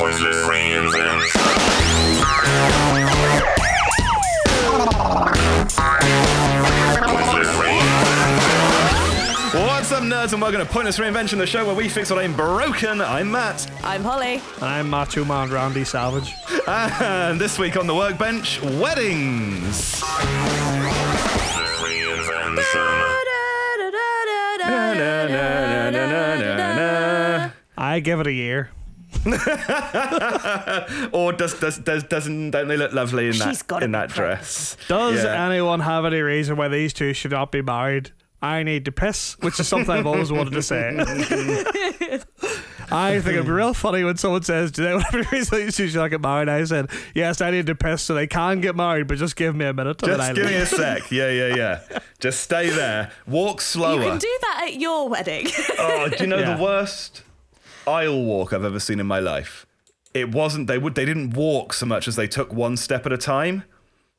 When it rains and when it rains. What's up, nerds, and welcome to Pointless Reinvention, the show where we fix what ain't broken. I'm Matt, I'm Holly. I'm Macho Man Randy Savage. and this week on the workbench, weddings. Reinvention. I give it a year. Or does does does doesn't don't they look lovely in She's that gotta in be that pregnant. dress? Does Yeah. anyone have any reason why these two should not be married? I need to piss, which is something I've always wanted to say. I think it'd be real funny when someone says, Do they have any reason these two should not get married? I said, Yes, I need to piss so they can get married, but just give me a minute. and then I Just give me leave." a sec. Yeah, yeah, yeah. Just stay there. Walk You slower. can do that at your wedding. Oh, do you know Yeah. the worst aisle walk I've ever seen in my life? It wasn't they would they didn't walk so much as they took one step at a time.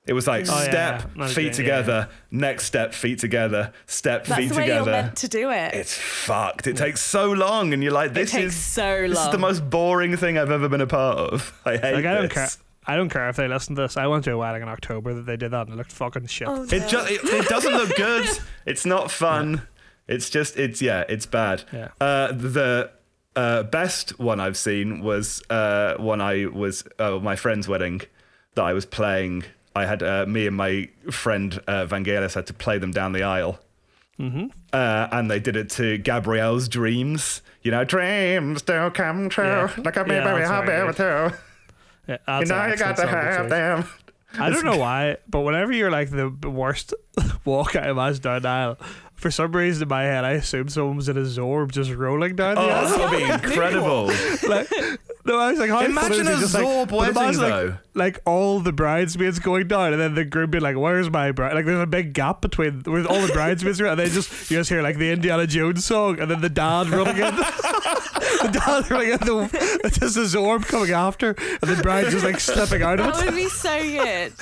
It was like Oh, yeah, step, yeah. No, feet yeah, together, next step, feet together, step, That's feet the way you're together. meant to do it. it's fucked. It takes so long, and you're like, this takes is so This is the long. most boring thing I've ever been a part of. I hate Like, I don't this. care. I don't care if they listen to this. I went to a wedding in October that they did that and it looked fucking shit. It just it, it doesn't look good. It's not fun. It's just it's yeah, it's bad. Yeah. Uh, the uh, best one I've seen was uh, when I was uh, my friend's wedding that I was playing. I had uh, me and my friend uh, Vangelis had to play them down the aisle. Mm-hmm. Uh, and they did it to Gabrielle's dreams. You know, dreams don't come true. Yeah. Look at me, Yeah, baby, that's how very baby good. too. Yeah, You that's know an you got excellent to song have choice. them. I don't know why, but whenever you're like the worst walk I imagine down the aisle, for some reason in my head I assumed someone was in a Zorb just rolling down the Oh, aisle. that would be incredible. Like, no, I was like, how funny Imagine is it a just, like- Zorb but wedding, imagine, like- though. Like all the bridesmaids going down, and then the groom being like, "Where's my bride?" Like there's a big gap between with all the bridesmaids, around, and then just you just hear like the Indiana Jones song, and then the dad running in. The dad running in, the, just the Zorb coming after, and the bride just like slipping out of it. That would be so good.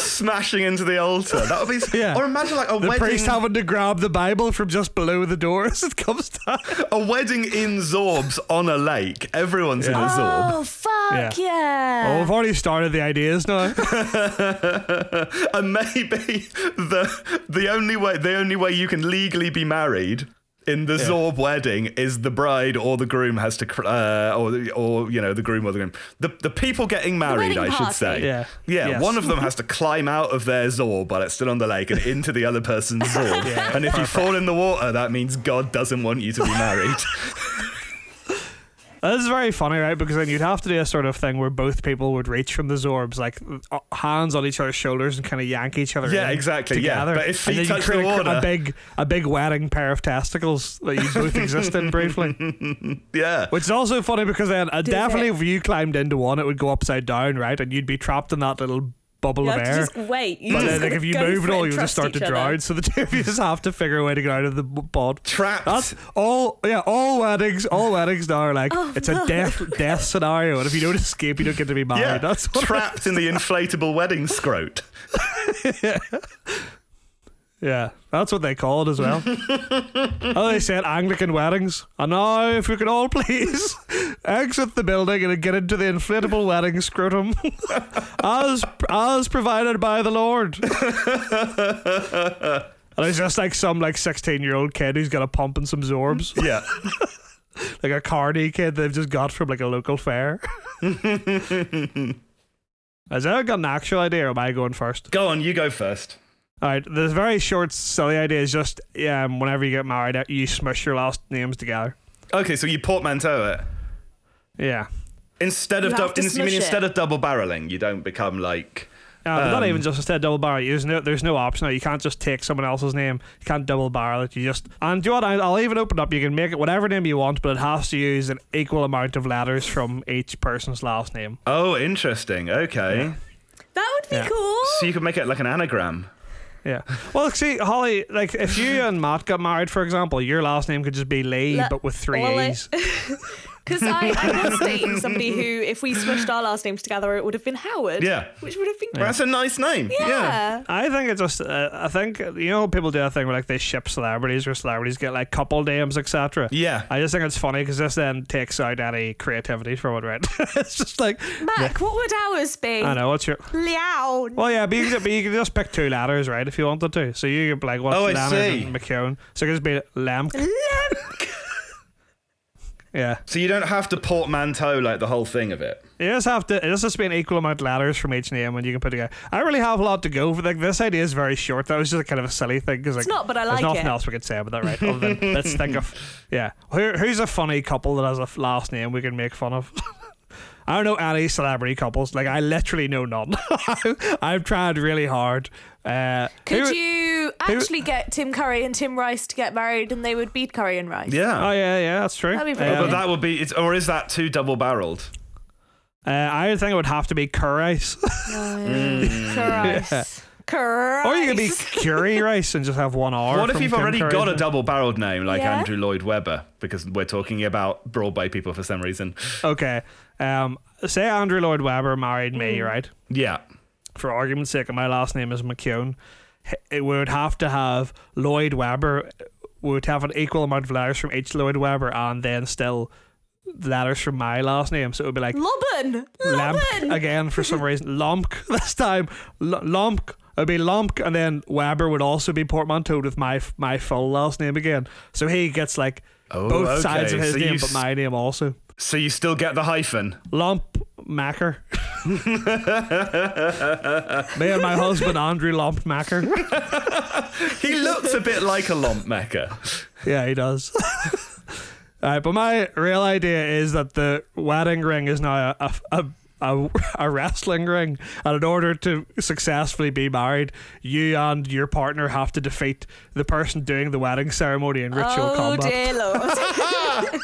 smashing into the altar. That would be. Yeah. Or imagine like a The wedding. priest having to grab the Bible from just below the door as it comes down. a wedding in Zorbs on a lake. Everyone's in a Ah. Zorb. Oh fuck Yeah. Oh, yeah! I've already started the ideas now. And maybe the the only way the only way you can legally be married in the Zorb wedding is the bride or the groom has to cr- uh, or the- or you know the groom or the groom the the people getting married wedding I should party. say Yeah. yeah Yes. one of them has to climb out of their Zorb while it's still on the lake and into the other person's Zorb Yeah, and if you fall in the water that means God doesn't want you to be married. This is very funny, right? Because then you'd have to do a sort of thing where both people would reach from the Zorbs, like uh, hands on each other's shoulders and kind of yank each other. Yeah, in exactly, yeah. Together. But if and feet then you touch create the a cr- water- a big, a big wedding pair of testicles that you both exist in briefly. yeah. Which is also funny because then uh, it. definitely if you climbed into one, it would go upside down, right? And you'd be trapped in that little bubble You of have to air. just wait. You But just then, like, gotta if you go for move at it all, and you'll trust just start to each other. drown. So the two of you just have to figure a way to get out of the b- pod. Trapped. That's all. Yeah, all weddings, all weddings now are like Oh, it's a death death scenario, and if you don't escape, you don't get to be married. Yeah, That's what trapped in the inflatable wedding scrote. yeah, that's what they call it as well. oh, they said Anglican weddings. And now, if we could all please exit the building and get into the inflatable wedding scrotum, as as provided by the Lord. And it's just like some like sixteen year old kid who's got a pump and some zorbs. Yeah. like a carny kid they've just got from like a local fair. Has anyone got an actual idea or am I going first? Go on, you go first. All right, the very short, silly idea is just um, whenever you get married, you smush your last names together. Okay, so you portmanteau it. Yeah. Instead of You dou- have to in- you mean smush it. instead of double barreling, you don't become like Uh, but not Um, even just instead of double barrel. There's no, there's no option. You can't just take someone else's name. You can't double barrel it. You just and do you know what? I- I'll even open up. You can make it whatever name you want, but it has to use an equal amount of letters from each person's last name. oh, interesting. Okay, That would be Yeah. cool. so you could make it like an anagram. Yeah. Well, see, Holly, like if you and Matt got married, for example, your last name could just be Lee, Le- but with three Lily. E's. Because I, I was dating somebody who, if we smushed our last names together, it would have been Howard. Yeah. Which would have been That's a nice name. Yeah. I think it's just, uh, I think, you know, people do a thing where like they ship celebrities or celebrities get like couple names, etc. Yeah. I just think it's funny because this then takes out any creativity from it, right? it's just like, Mac, what would ours be? I know, what's your. Liao. Well, yeah, but you, can, but you can just pick two ladders, right, if you wanted to. So you could, like, what's Oh, I Leonard see. and McKeown? So it could just be Lamk. Yeah. So you don't have to portmanteau like the whole thing of it. You just have to. It just has to be an equal amount of ladders from each name, and you can put together. I don't really have a lot to go for. Like this idea is very short. That was just a kind of a silly thing because like, not, but I like there's nothing it. else we could say about that, right? Other than let's think of yeah, Who, who's a funny couple that has a f- last name we can make fun of. I don't know any celebrity couples. Like I literally know none. I've tried really hard. Uh, Could who- you actually get Tim Curry and Tim Rice to get married and they would beat Curry and Rice? Yeah. Oh yeah, yeah, that's true. That'd be Uh, pretty But Yeah. that would be, it's, or is that too double barreled? uh, I think it would have to be Currice, Oh, Currice. Currice. Mm. or you could be Curie Rice and just have one R. What if from you've Tim already Curry. got a double barreled name like Yeah. Andrew Lloyd Webber? Because we're talking about Broadway people for some reason. Okay. Um, say Andrew Lloyd Webber married me, right? Yeah. For argument's sake, and my last name is McKeown. h- It would have to have Lloyd Webber uh, would have an equal amount of letters from each Lloyd Webber, and then still letters from my last name. So it would be like Lobban. Lamp Lobban. again for some reason. Lomk this time. L- Lomk. It'd be Lomk, and then Webber would also be portmanteaued with my f- my full last name again. So he gets like Oh, both okay. sides of his So you name, s- but my name also. So you still get the hyphen. Lump Macker. Me and my husband Andrew Lump Macker. He looks a bit like a lump mecca. Yeah, he does. All right, but my real idea is that the wedding ring is now a a, a, a wrestling ring, and in order to successfully be married, you and your partner have to defeat the person doing the wedding ceremony in ritual oh, combat. dear Lord.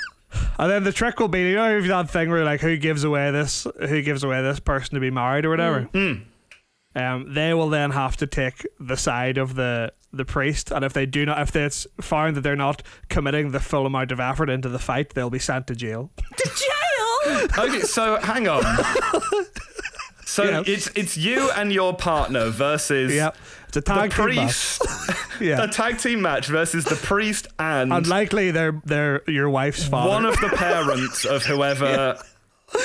And then the trick will be, you know, if that thing where like who gives away this, who gives away this person to be married or whatever. Mm. Um, they will then have to take the side of the the priest, and if they do not, if it's found that they're not committing the full amount of effort into the fight, they'll be sent to jail. to jail. Okay, so hang on. So Yeah. it's it's you and your partner versus Yep, it's a the tag team match. priest. Yeah, A tag team match versus the priest and unlikely they're they're your wife's father. one of the parents of whoever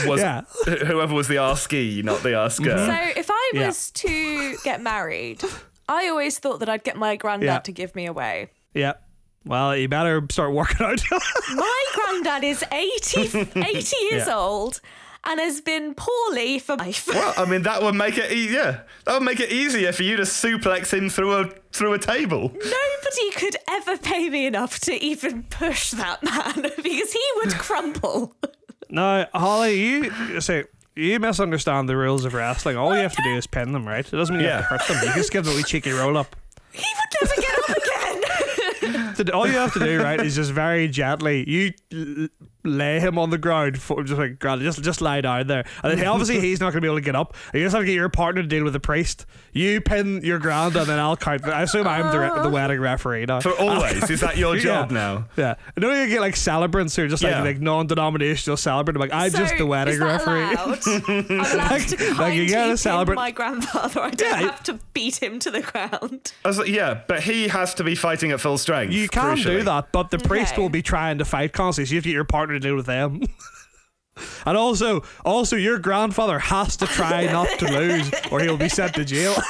was Yeah. Mm-hmm. whoever was the askee, not the asker. So if I Yeah. was to get married, I always thought that I'd get my granddad Yeah. to give me away. yeah. Well, you better start working out. My granddad is 80, 80 years Yeah. old and has been poorly for life. Well, I mean that would make it e- yeah. That would make it easier for you to suplex him through a through a table. Nobody could ever pay me enough to even push that man because he would crumple. Now, Holly, you say you misunderstand the rules of wrestling. All you have to do is pin them, right? It doesn't mean you have to Yeah. hurt them. You just give them a wee cheeky roll up. He would never get up again. To- All you have to do, right, is just very gently you l- lay him on the ground, for, just like "Grand, just just lie down there, and then he- obviously he's not going to be able to get up. You just have to get your partner to deal with the priest. You pin your grand, and then I'll count. I assume I'm the, Oh. re- the wedding referee now. For always, is that your job Yeah. now? Yeah, I know you get like celebrants who are just like, Yeah. like non-denominational celebrant. like I'm just So, the wedding is that referee. allowed? I'm allowed to kindly like, you gotta pin celebrate- my grandfather. I don't Yeah, you- have to beat him to the ground. I was like, yeah, but he has to be fighting at full strength. You can do crucially. that, but the priest Okay. will be trying to fight constantly, so you have to get your partner to deal with them. and also, also your grandfather has to try not to lose, or he'll be sent to jail.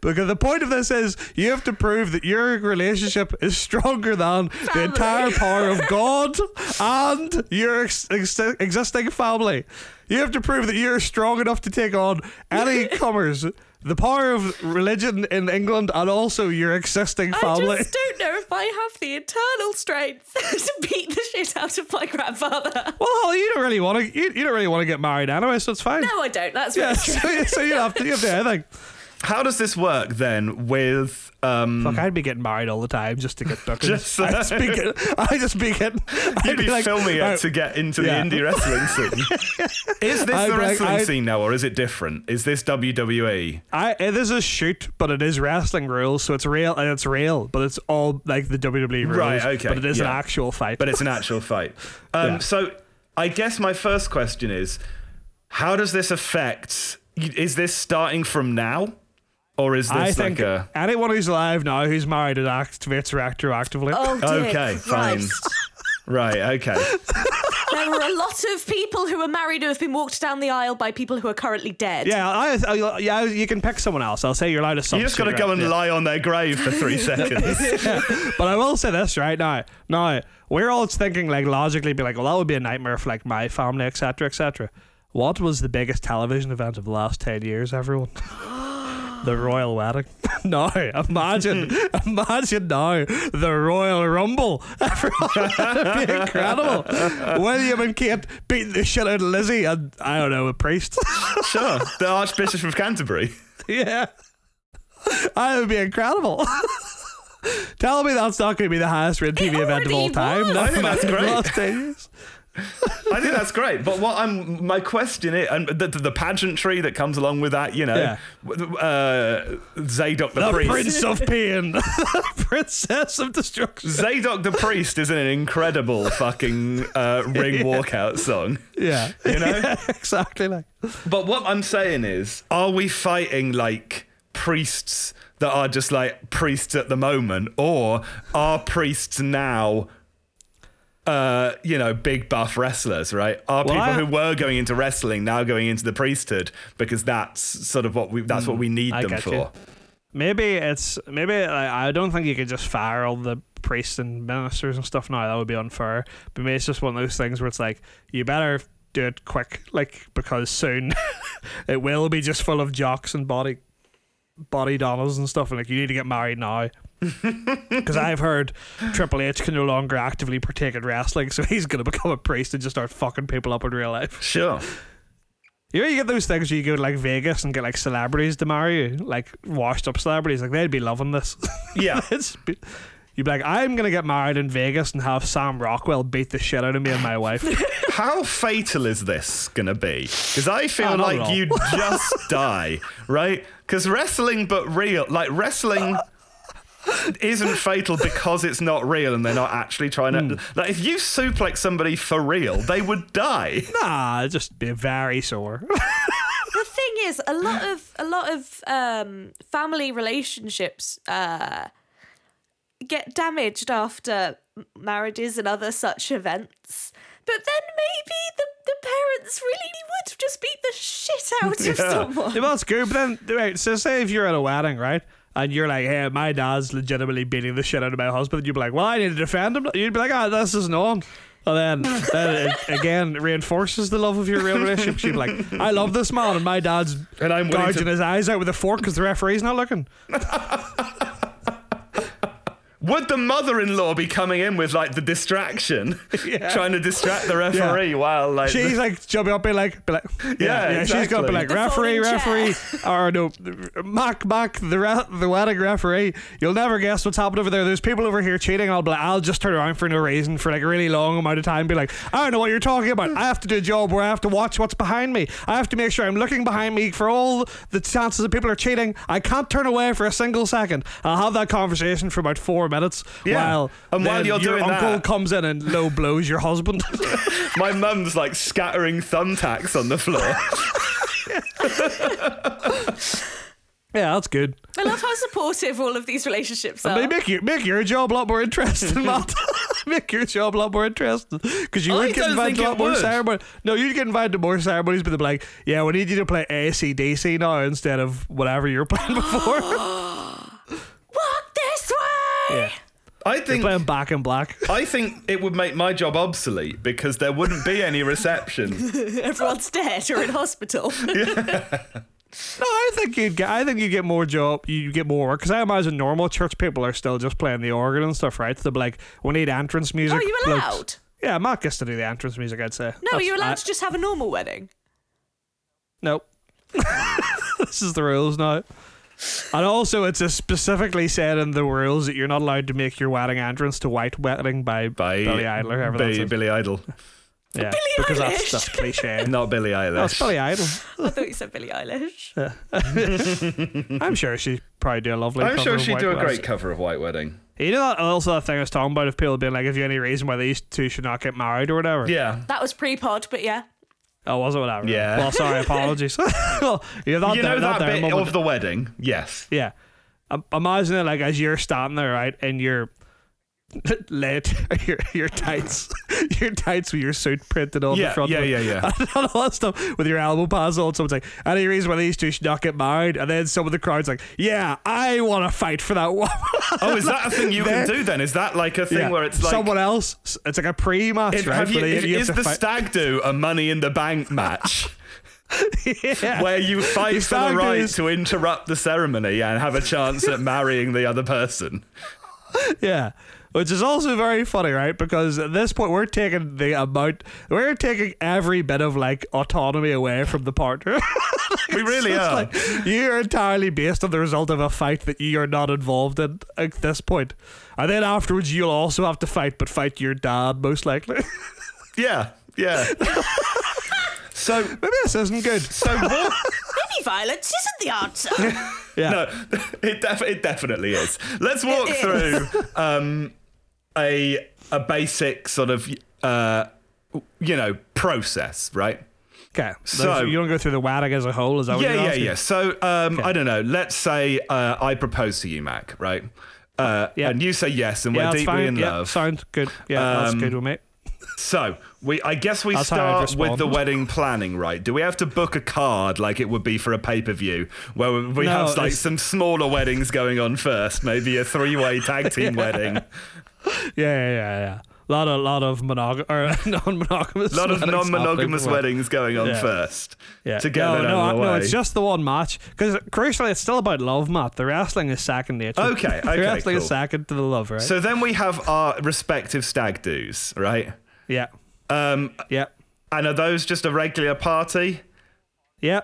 Because the point of this is, you have to prove that your relationship is stronger than the Family. entire power of God and your ex- ex- existing family. You have to prove that you're strong enough to take on any comers, the power of religion in England, and also your existing I family. just don't know if I have the internal strength to beat the shit out of my grandfather. Well, Holly, you don't really want to. You, you don't really want to get married anyway, so it's fine. No, I don't. That's yeah, really true. so, so you have to. You have to. I think. How does this work then with um Fuck, I'd be getting married all the time just to get bookings. Just- I'd, just be getting, I'd just be getting. You'd I'd be, like, filming it "Right, to get into yeah. the indie wrestling scene. is this I'd the be like, wrestling I'd- scene now, or is it different? Is this E, WWE? I it is a shoot, but it is wrestling rules, so it's real and it's real, but it's all like the WWE rules. Right, okay, But it is an yeah. actual fight. But it's an actual fight. Um, Yeah. So I guess my first question is, how does this affect? Is this starting from now, or is this I like think a? anyone who's alive now who's married it activates retroactively. Oh, dear Okay, fine. Christ. Right. Okay. There are a lot of people who are married who have been walked down the aisle by people who are currently dead. Yeah, I, I, yeah, you can pick someone else. I'll say you're allowed to. sub You just got to cigarette, go and yeah. lie on their grave for three seconds. but I will say this right now. Now we're all thinking like logically, be like, well, that would be a nightmare for like my family, etc., etc. What was the biggest television event of the last ten years, everyone? the royal wedding. no, imagine, imagine now the royal rumble. Everyone, that'd be incredible. William and Kate beating the shit out of Lizzie and I don't know a priest. sure. The Archbishop of Canterbury. Yeah. That would be incredible. Tell me that's not going to be the highest rated TV event already of all time. was. No, I think that's in the great. last 10 years. I think that's great. But what I'm, my question is, and the, the pageantry that comes along with that, you know, Yeah. uh, Zadok the, The priest. Prince of Pain. Princess of Destruction. Zadok the priest is an incredible fucking uh, ring walkout song. Yeah. You know? Yeah, exactly like. But what I'm saying is, are we fighting like priests that are just like priests at the moment, or are priests now? Uh, you know, big buff wrestlers, right? Are Well, people I- who were going into wrestling now going into the priesthood because that's sort of what we—that's what we need I them get for. you. Maybe it's maybe like, I don't think you could just fire all the priests and ministers and stuff now. That would be unfair. But maybe it's just one of those things where it's like you better do it quick, like because soon it will be just full of jocks and body body donalds and stuff, and like you need to get married now. Because I've heard Triple H can no longer actively partake in wrestling, so he's gonna become a priest and just start fucking people up in real life. Sure. You know, you get those things where you go to like Vegas and get like celebrities to marry you, like washed up celebrities. Like they'd be loving this. Yeah. it's be- you'd be like, I'm gonna get married in Vegas and have Sam Rockwell beat the shit out of me and my wife. How fatal is this gonna be? Because I feel Oh, not at like all. you just die, right? Because wrestling, but real, like wrestling. Isn't fatal because it's not real and they're not actually trying to. Hmm. Like, if you suplex somebody for real, they would die. nah, it'd just be very sore. The thing is, a lot of a lot of um, family relationships uh, get damaged after m- marriages and other such events. But then maybe the, the parents really would just beat the shit out of Yeah. someone. Yeah, well, that's good. But then, right, so say if you're at a wedding, right? And you're like, hey, my dad's legitimately beating the shit out of my husband. You'd be like, well, I need to defend him. You'd be like, ah, this isn't on. And then, then it again reinforces the love of your real relationship. You'd be like, I love this man, and my dad's And I'm willing gouging to- his eyes out with a fork because the referee's not looking. Would the mother in law be coming in with, like, the distraction? Yeah. trying to distract the referee while, like. She's like jumping up, be like, be like, yeah, Yeah, She's gonna exactly. be like, The referee, folding referee, or no, Mac, Mac, the re- the wedding referee. You'll never guess what's happened over there. There's people over here cheating. and I'll be like, I'll just turn around for no reason for like a really long amount of time. Be like, I don't know what you're talking about. I have to do a job where I have to watch what's behind me. I have to make sure I'm looking behind me for all the chances that people are cheating. I can't turn away for a single second. I'll have that conversation for about four minutes. Yeah. While And while then you're your doing uncle that- comes in and low blows your husband. my mum's, like, scattering thumbtacks on the floor. yeah, that's good. I love how supportive all of these relationships I are. mean, make your make your job a lot more interesting, Matt. make your job a lot more interesting because you I would get don't invited think to a it lot more would. ceremonies. No, you'd get invited to more ceremonies, but they're like, "Yeah, we need you to play ACDC now instead of whatever you were playing Oh, before." Walk this way! yeah, I think. playing Back in Black. I think it would make my job obsolete because there wouldn't be any reception. Everyone's dead or in hospital. No, I think you'd get. I think you get more job. You get more work because I imagine normal church people are still just playing the organ and stuff, right? So they're like, "We need entrance music." Are you blokes." allowed? Yeah, Matt gets to do the entrance music. I'd say. No, That's- you're allowed I- to just have a normal wedding. Nope. this is the rules now. And also, it's a specifically said in the rules that you're not allowed to make your wedding entrance to White Wedding by, by Billy Idol or whoever Bi- that's. Billy Idol, yeah, because that's Eilish. that's cliche. not Billy That's Eilish. Billy Idol. I thought you said Billie Eilish. I'm sure she probably do a lovely. I'm cover sure of she'd White do a Wedding. great cover of White Wedding. You know that also that thing I was talking about of people being like, if you any reason why these two should not get married or whatever. Yeah. That was pre-pod, but yeah. Oh, was it whatever? Yeah. Well, sorry, apologies. well, you know that, You there- know that there bit moment- of the wedding? Yes. Yeah. Um, imagine it like as you're standing there, right, and you're late, your your tights, your tights with your suit printed on the Yeah, front. yeah, of it. yeah, yeah. And all that stuff with your elbow pads on. Someone's like, any reason why these two should not get married? And then some of the crowd's like, yeah, I want to fight for that woman. Oh, is that a thing you can do then? Is that like a thing Yeah. where it's like someone else. It's like a pre-match, If- right? have you, where they- if- you have is to the fight- stag do a money in the bank match Yeah. where you fight The for stag the do right is- to interrupt the ceremony and have a chance at marrying the other person? Yeah. Which is also very funny, right? Because at this point, we're taking the amount, we're taking every bit of like autonomy away from the partner. We really It's are. like, you are entirely based on the result of a fight that you are not involved in at this point. And then afterwards, you'll also have to fight, but fight your dad, most likely. yeah, yeah. so, Maybe this isn't good. so what? Any violence isn't the answer. Yeah. No, it, def- it definitely is. Let's walk through um, a a basic sort of uh, you know process, right? Okay. So- you want to go through the wedding as a whole? Is that what yeah, you're yeah, asking? yeah. So um, I don't know. Let's say uh, I propose to you, Mac, right? Uh, Yeah. And you say yes, and Yeah, we're that's deeply fine. in yeah, love. Sounds good. Yeah, that's Um, good with me. So we, I guess we That's how I'd start with the respond. wedding planning, right? Do we have to book a card like it would be for a pay per view, where we we No, have like it's- some smaller weddings going on first, maybe a three way tag team wedding, Yeah, yeah, yeah, yeah. Lot of lot of monog or non-monogamous. a lot of non weddings monogamous happening. weddings going on Yeah. first. Yeah. To get that no, no, out of the no, way. it's just the one match. Because crucially, it's still about love, Matt. The wrestling is second nature. Okay, the okay, wrestling is cool. second to the love, right? so then we have our respective stag do's, right? yeah, Um, yeah, and are those just a regular party? yeah.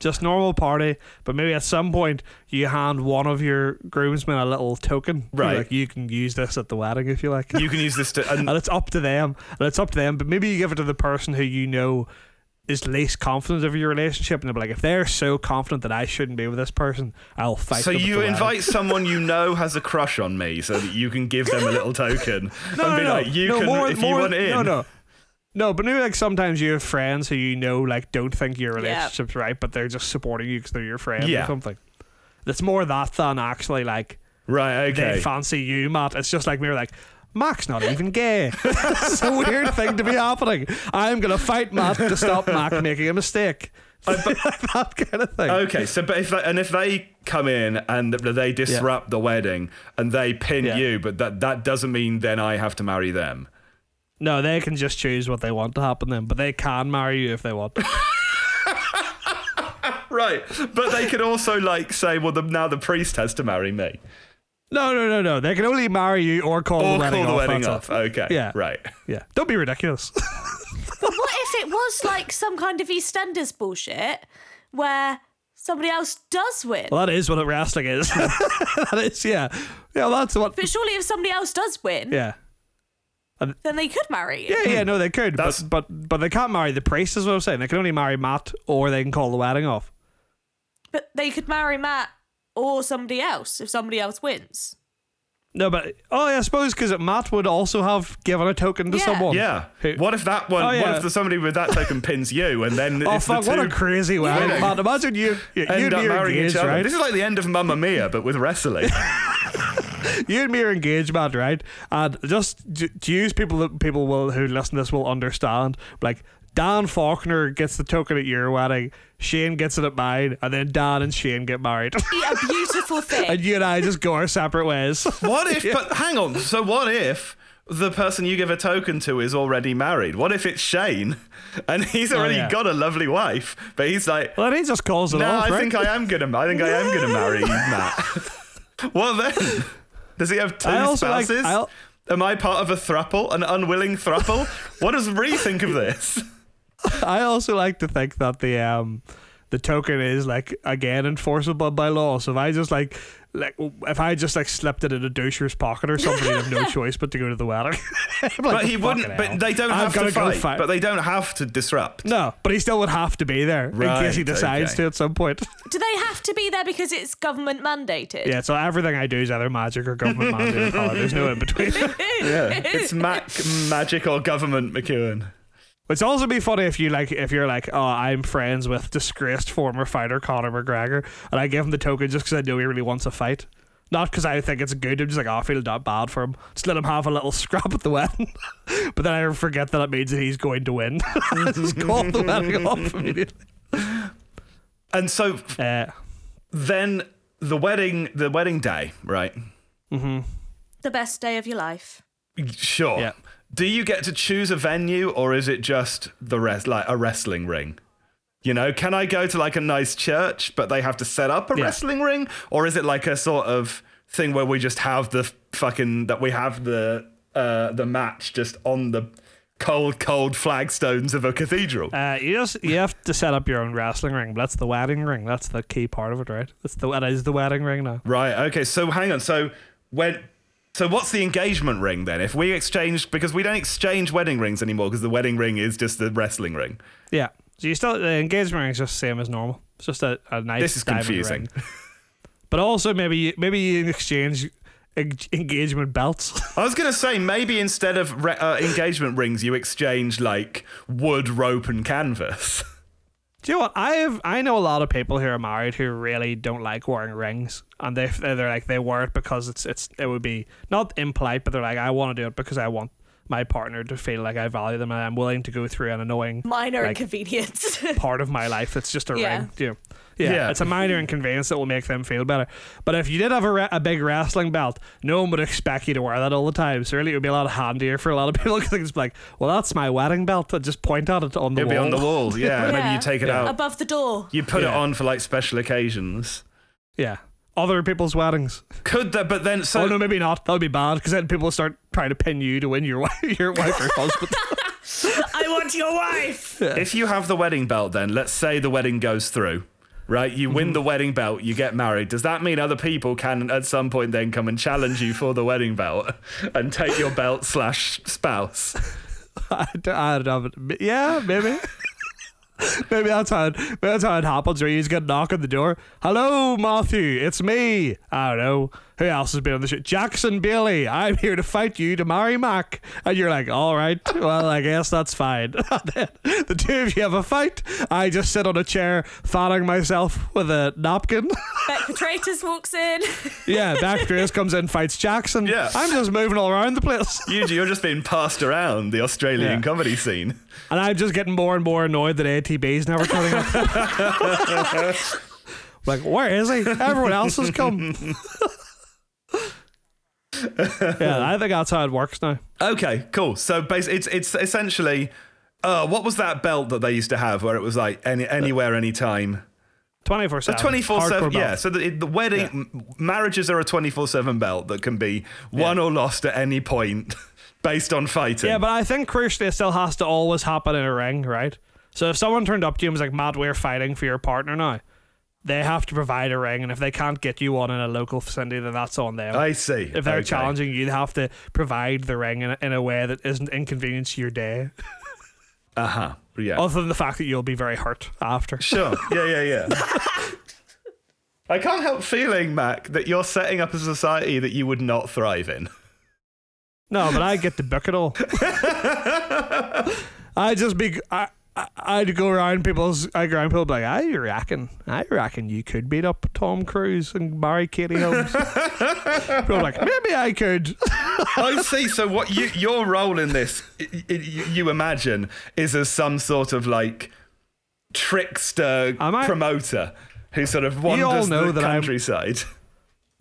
Just normal party, but maybe at some point you hand one of your groomsmen a little token. You're Right. like you can use this at the wedding if you like. You can use this to. And, and it's up to them and it's up to them but maybe you give it to the person who you know is least confident of your relationship and they'll be like if they're so confident that I shouldn't be with this person I'll fight so them at you the wedding." invite someone you know has a crush on me, so that you can give them a little token no, and no, be no. like, "You no, can more, if more, you want in." no no no but maybe like sometimes you have friends who you know like don't think your Yeah. relationship's right but they're just supporting you because they're your friend or Yeah. something it's more that than actually like Right? they Okay. fancy you, Matt. It's just like we were like, Mac's not even gay. it's a weird thing to be happening. I'm gonna fight Matt to stop Mac making a mistake. that kind of thing. Okay. So, but if they, and if they come in and th- they disrupt the wedding and they pin Yeah. you, but that that doesn't mean then I have to marry them. No, they can just choose what they want to happen then, but they can marry you if they want. Right. But they could also like say, "Well, the, now the priest has to marry me," No, no, no, no. They can only marry you or call or the wedding call the off. wedding off. that's it. Okay. Yeah. Right. Yeah. Don't be ridiculous. but what if it was like some kind of EastEnders bullshit where somebody else does win? well, that is what wrestling is. that is, yeah. Yeah, well, that's what. But surely if somebody else does win, Yeah. then they could marry you. Yeah, yeah, no, they could, That's- but, but but they can't marry the priest, is what I'm saying. They can only marry Matt, or they can call the wedding off. But they could marry Matt or somebody else if somebody else wins. No, but oh, yeah, I suppose because Matt would also have given a token to Yeah. someone. Yeah. Who- What if that one? Oh, What yeah. if the, somebody with that token pins you, and then Oh it's fuck! the What two a crazy wedding, Yeah. Matt. Imagine you, you, you end and up me are marrying engaged, each other. right? This is like the end of Mamma Mia, but with wrestling. you and me are engaged, Matt, right? And just to to use people that people will who listen to this will understand, like. Dan Faulkner gets the token at your wedding, Shane gets it at mine, and then Dan and Shane get married. Be a beautiful and thing. you and I just go our separate ways. What if? But hang on. So what if the person you give a token to is already married? What if it's Shane, and he's already yeah. got a lovely wife, but he's like, well, then he just calls it "No, off, I right? think I am gonna. I think I am gonna marry Matt." what then? Does he have two I also like- spouses? I'll- Am I part of a thruple, an unwilling thruple? what does Ree think of this? I also like to think that the um the token is like again enforceable by law. So if I just like like if I just like slipped it in a doucher's pocket or something, you'd have no choice but to go to the wedding. I'm like, But he "Fucking wouldn't. hell. But they don't I've have gotta to go fight, But they don't have to disrupt. no, but he still would have to be there in Right, case he decides okay. to at some point. Do they have to be there because it's government mandated? yeah, so everything I do is either magic or government mandated. colour. There's no in between. Yeah. It's Mac magic or government McEwen. It's also be funny if you like if you're like, oh, I'm friends with disgraced former fighter Conor McGregor, and I give him the token just because I know he really wants a fight, not because I think it's good. I'm just like, oh, I feel not bad for him. Just let him have a little scrap at the wedding, but then I forget that it means that he's going to win. just call the wedding off immediately. And so Uh, then the wedding, the wedding day, right? The best day of your life. Sure. Yeah. Do you get to choose a venue or is it just the rest like a wrestling ring? You know, can I go to like a nice church but they have to set up a Yeah. wrestling ring or is it like a sort of thing where we just have the fucking that we have the uh the match just on the cold cold flagstones of a cathedral? uh, you just you have to set up your own wrestling ring. But that's the wedding ring. That's the key part of it, right? That's the that is the wedding ring now. Right. Okay. So hang on. So when. So what's the engagement ring then? If we exchange, because we don't exchange wedding rings anymore, because the wedding ring is just the wrestling ring. Yeah. So you still the engagement ring is just the same as normal. It's just a, a nice. This is diamond confusing. ring. But also maybe you- maybe you can exchange en- engagement belts. I was gonna say maybe instead of re- uh, engagement rings, you exchange like wood, rope, and canvas. Do you know what I have? I know a lot of people who are married who really don't like wearing rings, and they they're like they wear it because it's it's it would be not impolite, but they're like I want to do it because I want my partner to feel like I value them and I'm willing to go through an annoying Minor Like- Oh. inconvenience. part of my life that's just a Yeah. ring. You know. Yeah. Yeah. it's a minor inconvenience that will make them feel better. But if you did have a, re- a big wrestling belt, no one would expect you to wear that all the time. So really, it would be a lot handier for a lot of people because it's like, well, that's my wedding belt. I just point at it on the It'd be wall. on the wall. Yeah. Maybe you take it Yeah. out. Above the door. You put it Yeah. on for like special occasions. Yeah, other people's weddings. Could that? But then so oh no, maybe not. That would be bad because then people start trying to pin you to win your wife, your wife or husband. I want your wife. If you have the wedding belt, then let's say the wedding goes through, right? You win the wedding belt, you get married. Does that mean other people can at some point then come and challenge you for the wedding belt and take your belt slash spouse? I don't, I don't know. but- Yeah, maybe. maybe that's how it, maybe that's how it happens. Where you just get a knock on the door. Hello, Matthew. It's me. I don't know who else has been on the show. Jackson Bailey. I'm here to fight you to marry Mac. And you're like, all right. Well, I guess that's fine. And then the two of you have a fight. I just sit on a chair, fanning myself with a napkin. Beck the Traitors walks in. yeah, Mac Grace comes in, fights Jackson. Yeah. I'm just moving all around the place. You, you're just being passed around the Australian Yeah. comedy scene. And I'm just getting more and more annoyed that ATB's never coming up. like, where is he? Everyone else has come. yeah, I think that's how it works now. Okay, cool. So basically, it's it's essentially, uh, what was that belt that they used to have where it was like any anywhere, anytime. 24 7. Twenty four seven, yeah. So the, the wedding m- marriages are a twenty four seven belt that can be won or lost at any point based on fighting. Yeah, but I think crucially it still has to always happen in a ring, right? So if someone turned up to you and was like, Matt, we're fighting for your partner now, they have to provide a ring. And if they can't get you one in a local vicinity, then that's on them. I see. if they're Okay. challenging you, they have to provide the ring in a, in a way that isn't inconvenient to your day. uh huh, yeah, other than the fact that you'll be very hurt after. sure, yeah, yeah, yeah. I can't help feeling, Mac, that you're setting up a society that you would not thrive in. No, but I get to book it all. I just be I, I I'd go around people's I go around people be like I reckon I reckon you could beat up Tom Cruise and marry Katie Holmes. people are like maybe I could. I see. So what you your role in this, i i you, you imagine, is as some sort of like trickster Am I- promoter who sort of all wanders know the that I'm- countryside.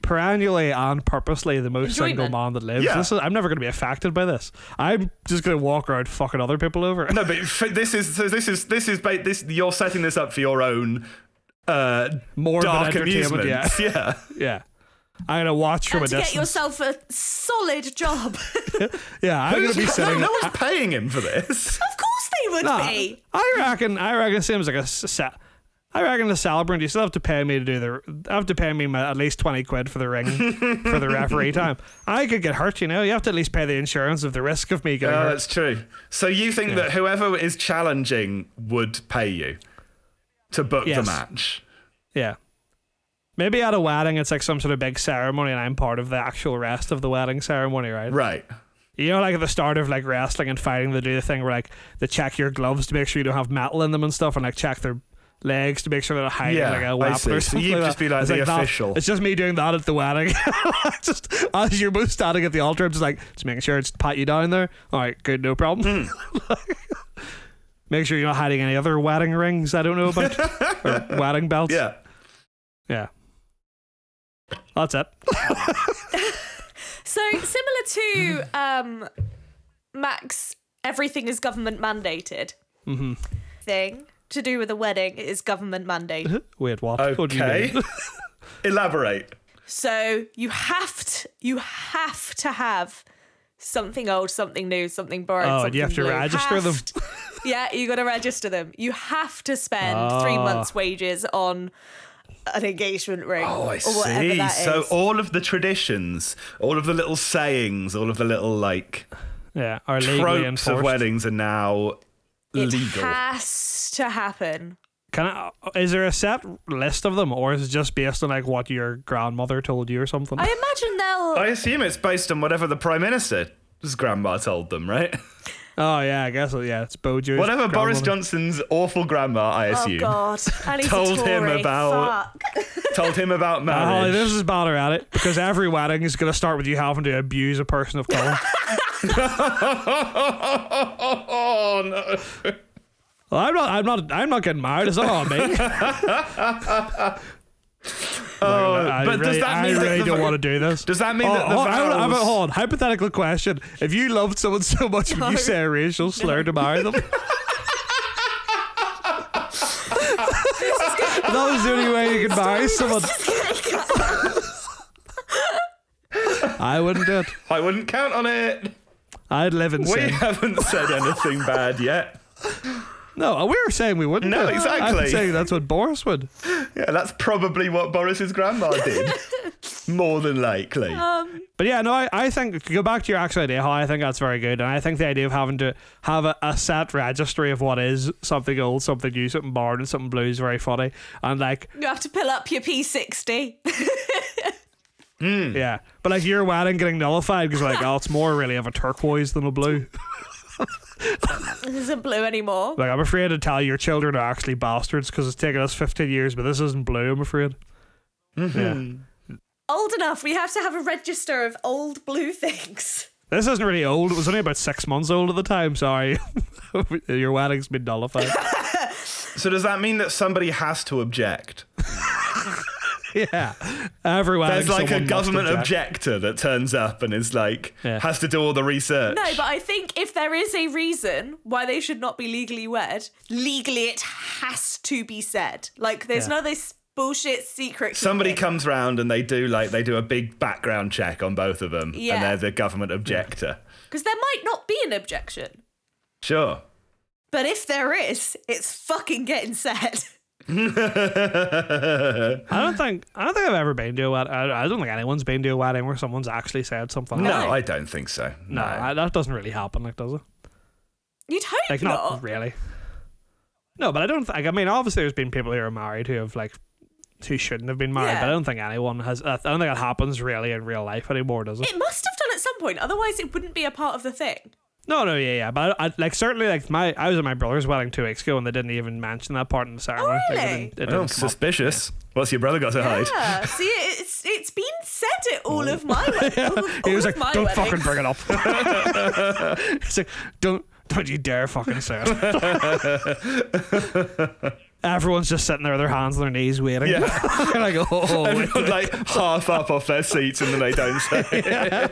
Perennially and purposely the most single Enjoyment. man that lives. Yeah. This is, I'm never going to be affected by this. I'm just going to walk around fucking other people over. No, but f- this is so this is this is ba- this. You're setting this up for your own uh, More dark than entertainment. amusement. Yeah, yeah. yeah. I'm gonna watch from And a to get distance. yourself a solid job. of yeah, I'm gonna be Who's- sitting. No, no one's paying him for this. course they would Nah, be. I reckon. I reckon Sam's like a s- set. I reckon the celebrant, you still have to pay me to do the. Have to pay me my, at least twenty quid for the ring for the referee time. I could get hurt, you know. You have to at least pay the insurance of the risk of me getting Oh, hurt. that's true. So you think that whoever is challenging would pay you to book Yes. the match? Yeah. Maybe at a wedding, it's like some sort of big ceremony, and I'm part of the actual rest of the wedding ceremony, right? Right. You know, like at the start of like wrestling and fighting, they do the thing where like they check your gloves to make sure you don't have metal in them and stuff, and like check their legs to make sure they're not hiding Yeah, like I a weapon see. So or something. you'd like just that. be like It's the that- official. It's just me doing that at the wedding, just as you're both standing at the altar. I'm just like just making sure it's pat you down there. All right, good, no problem. Hmm. make sure you're not hiding any other wedding rings I don't know about or wedding belts. Yeah. yeah. That's it. So similar to um, Max, everything is government mandated. Mm-hmm. Thing to do with a wedding is government mandated. Wait, what? What do you Okay. mean? Elaborate. So you have to, you have to have something old, something new, something borrowed. Oh, and something you have to blue. register them. Have- yeah, you got to register them. You have to spend three Ah. months' wages on an engagement ring Oh, I or whatever see. that is. So all of the traditions, all of the little sayings, all of the little like Yeah, are legally tropes enforced. of weddings are now it legal. has to happen. Can I, uh, is there a set list of them, or is it just based on like what your grandmother told you or something? I imagine they'll. I assume it's based on whatever the prime minister's grandma told them, right? oh yeah, I guess yeah, it's Bojo's. Whatever Boris grandmother. Johnson's awful grandma, I Oh assume, God! And he's Told a him Tory. about- Fuck. told him about Uh, Holly, marriage. this is bad at it because every wedding is going to start with you having to abuse a person of color. oh no! well, I'm not. I'm not. I'm not getting married. It's not on me. I Oh, but does really- that mean I that really the- don't want to do this? Does that mean Oh, that the hold, I have a- I have a- vows- hold on. Hypothetical question: If you loved someone so much, would you say a racial slur to marry them? that was the only way you could marry someone. I wouldn't do it. I wouldn't count on it. I'd live in We sin. haven't said anything bad yet. No, we were saying we wouldn't. No, do it. I'm exactly. saying that's what Boris would. Yeah, that's probably what Boris's grandma did. More than likely. Oh. Um, But yeah, no, I, I think to go back to your actual idea, how I think that's very good, and I think the idea of having to have a, a set registry of what is something old, something new, something borrowed, and something blue is very funny. And like, You have to pull up your P60. Hmm. yeah, but like your wedding getting nullified because like, oh, it's more really of a turquoise than a blue. This isn't blue anymore. Like, I'm afraid to tell your children are actually bastards because it's taken us 15 years, but this isn't blue. I'm afraid. Mm-hmm. Yeah. Old enough. We have to have a register of old blue things. This isn't really old. It was only about six months old at the time. Sorry, your wedding's been nullified. So does that mean that somebody has to object? yeah, every There's wedding. like a someone must government object. objector that turns up and is like Yeah. has to do all the research. No, but I think if there is a reason why they should not be legally wed, legally it has to be said. Like there's Yeah. none of this bullshit secret. Somebody keeping. comes round and they do like they do a big background check on both of them, Yeah. and they're the government objector. because there might not be an objection, Sure. but if there is, it's fucking getting said. I don't think I don't think I've ever been to a wedding. I, I don't think anyone's been to a wedding where someone's actually said something. No, like I don't think so. Oh. Oh, no, I- that doesn't really happen, like does it? You'd hope Like not, not. really. No, but I don't think. I mean, obviously, there's been people who are married who have like who shouldn't have been married, Yeah. but I don't think anyone has. I don't think it happens really in real life anymore, does it? It must have done at some point, otherwise it wouldn't be a part of the thing. No, no, yeah, yeah. But I, I- like certainly, like my I was at my brother's wedding two weeks ago, and they didn't even mention that part in the ceremony. Like, really? it didn't, it Well, didn't come up. suspicious. What's your brother got to hide? Yeah, see, it's it's been said at all of my wed- all of- He all was of like, my "Don't weddings." fucking bring it up." He's like, "Don't, don't you dare fucking say it." Everyone's just sitting there with their hands on their knees waiting. Yeah. like, oh, wait." like half up off their seats and then they don't say.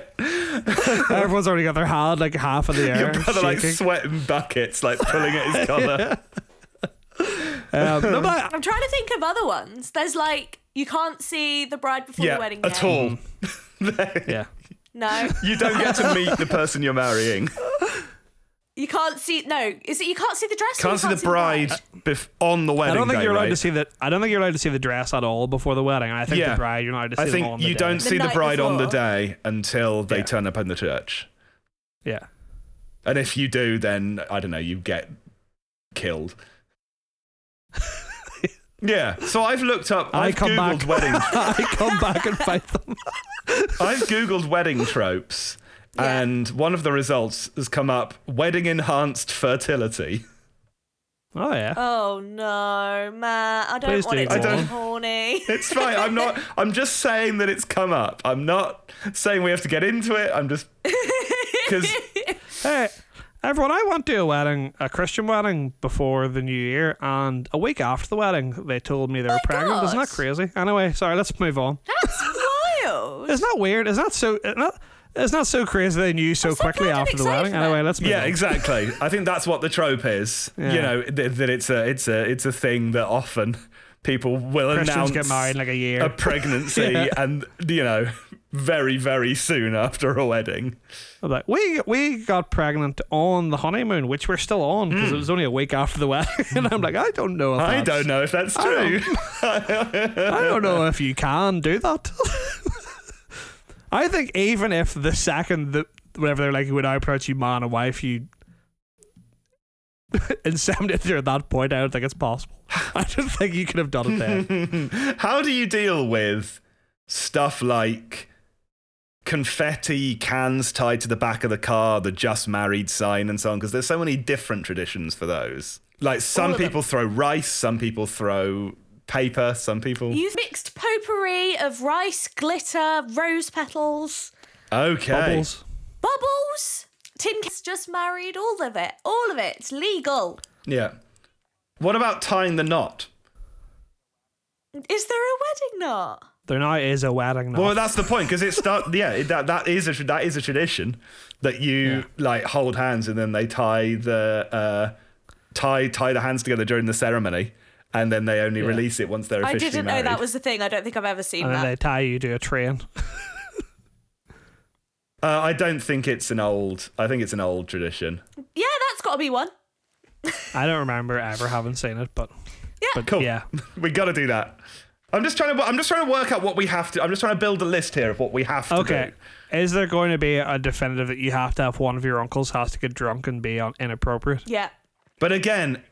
everyone's already got their hand like half in the air. Your brother like shaking. sweating buckets, like pulling at his collar. Um, no, but I- I'm trying to think of other ones. There's like you can't see the bride before the yeah, wedding at yet. all. yeah. No. You don't get to meet the person you're marrying. You can't see. No, is it? You can't see the dress. or you Can't see the bride bef- on the wedding I don't think day, you're allowed right? to see the. I don't think you're allowed to see the dress at all before the wedding. I think Yeah. the bride you're not allowed to see I them all on think the you day. don't see the night bride on the before. day until they Yeah. turn up in the church. Yeah. And if you do, then I don't know, you get killed. yeah. So I've looked up. I I've come googled back. wedding. I come back and fight them. I've googled wedding tropes, Yeah. and one of the results has come up: wedding enhanced fertility. Oh yeah. Oh no, Matt! I don't Please want do it go to on. be horny. It's fine. I'm not. I'm just saying that it's come up. I'm not saying we have to get into it. I'm just because Hey, everyone! I went to a wedding, a Christian wedding, before the new year, and a week after the wedding, they told me they Oh were pregnant. Isn't that God. crazy? Anyway, sorry. Let's move on. That's wild. Isn't that weird? Isn't that so? Isn't that, isn't that so crazy? They knew so so quickly glad I'm after the excited wedding. for Anyway, that. let's move yeah, on. exactly. I think that's what the trope is. Yeah. You know th- that it's a it's a it's a thing that often people will Christians announce get married in like a year. a pregnancy Yeah. and you know very very soon after a wedding. I'm like, we we got pregnant on the honeymoon, which we're still on because it was only a week after the wedding. and I'm like, I don't know. If Hmm. I that's- don't know if that's true. don't- I don't know if you can do that. I think even if the second that whenever they're like, when I approach you, man and wife, you inseminated her at that point, I don't think it's possible. I don't think you could have done it then. How do you deal with stuff like confetti, cans tied to the back of the car, the just married sign, and so on? Because there's so many different traditions for those. Like some of them. people throw rice, some people throw paper, some people. You've mixed potpourri of rice, glitter, rose petals, okay. Bubbles. bubbles, tin cans. Just married, all of it, all of it. It's legal. Yeah. What about tying the knot? Is there a wedding knot? There now is a wedding now. Well, that's the point because it start. Yeah, it, that that is a tr- that is a tradition that you like hold hands and then they tie the uh, tie tie the hands together during the ceremony, and then they only release it once they're I officially didn't married. know that was the thing. I don't think I've ever seen and then that. they tie you to a train. uh, I don't think it's an old. I think it's an old tradition. Yeah, that's got to be one. I don't remember ever having seen it, but Yeah. but Cool. yeah. we got to do that. I'm just trying to. I'm just trying to work out what we have to. I'm just trying to build a list here of what we have to Okay. do. Is there going to be a definitive that you have to have one of your uncles has to get drunk and be on inappropriate? Yeah. But again,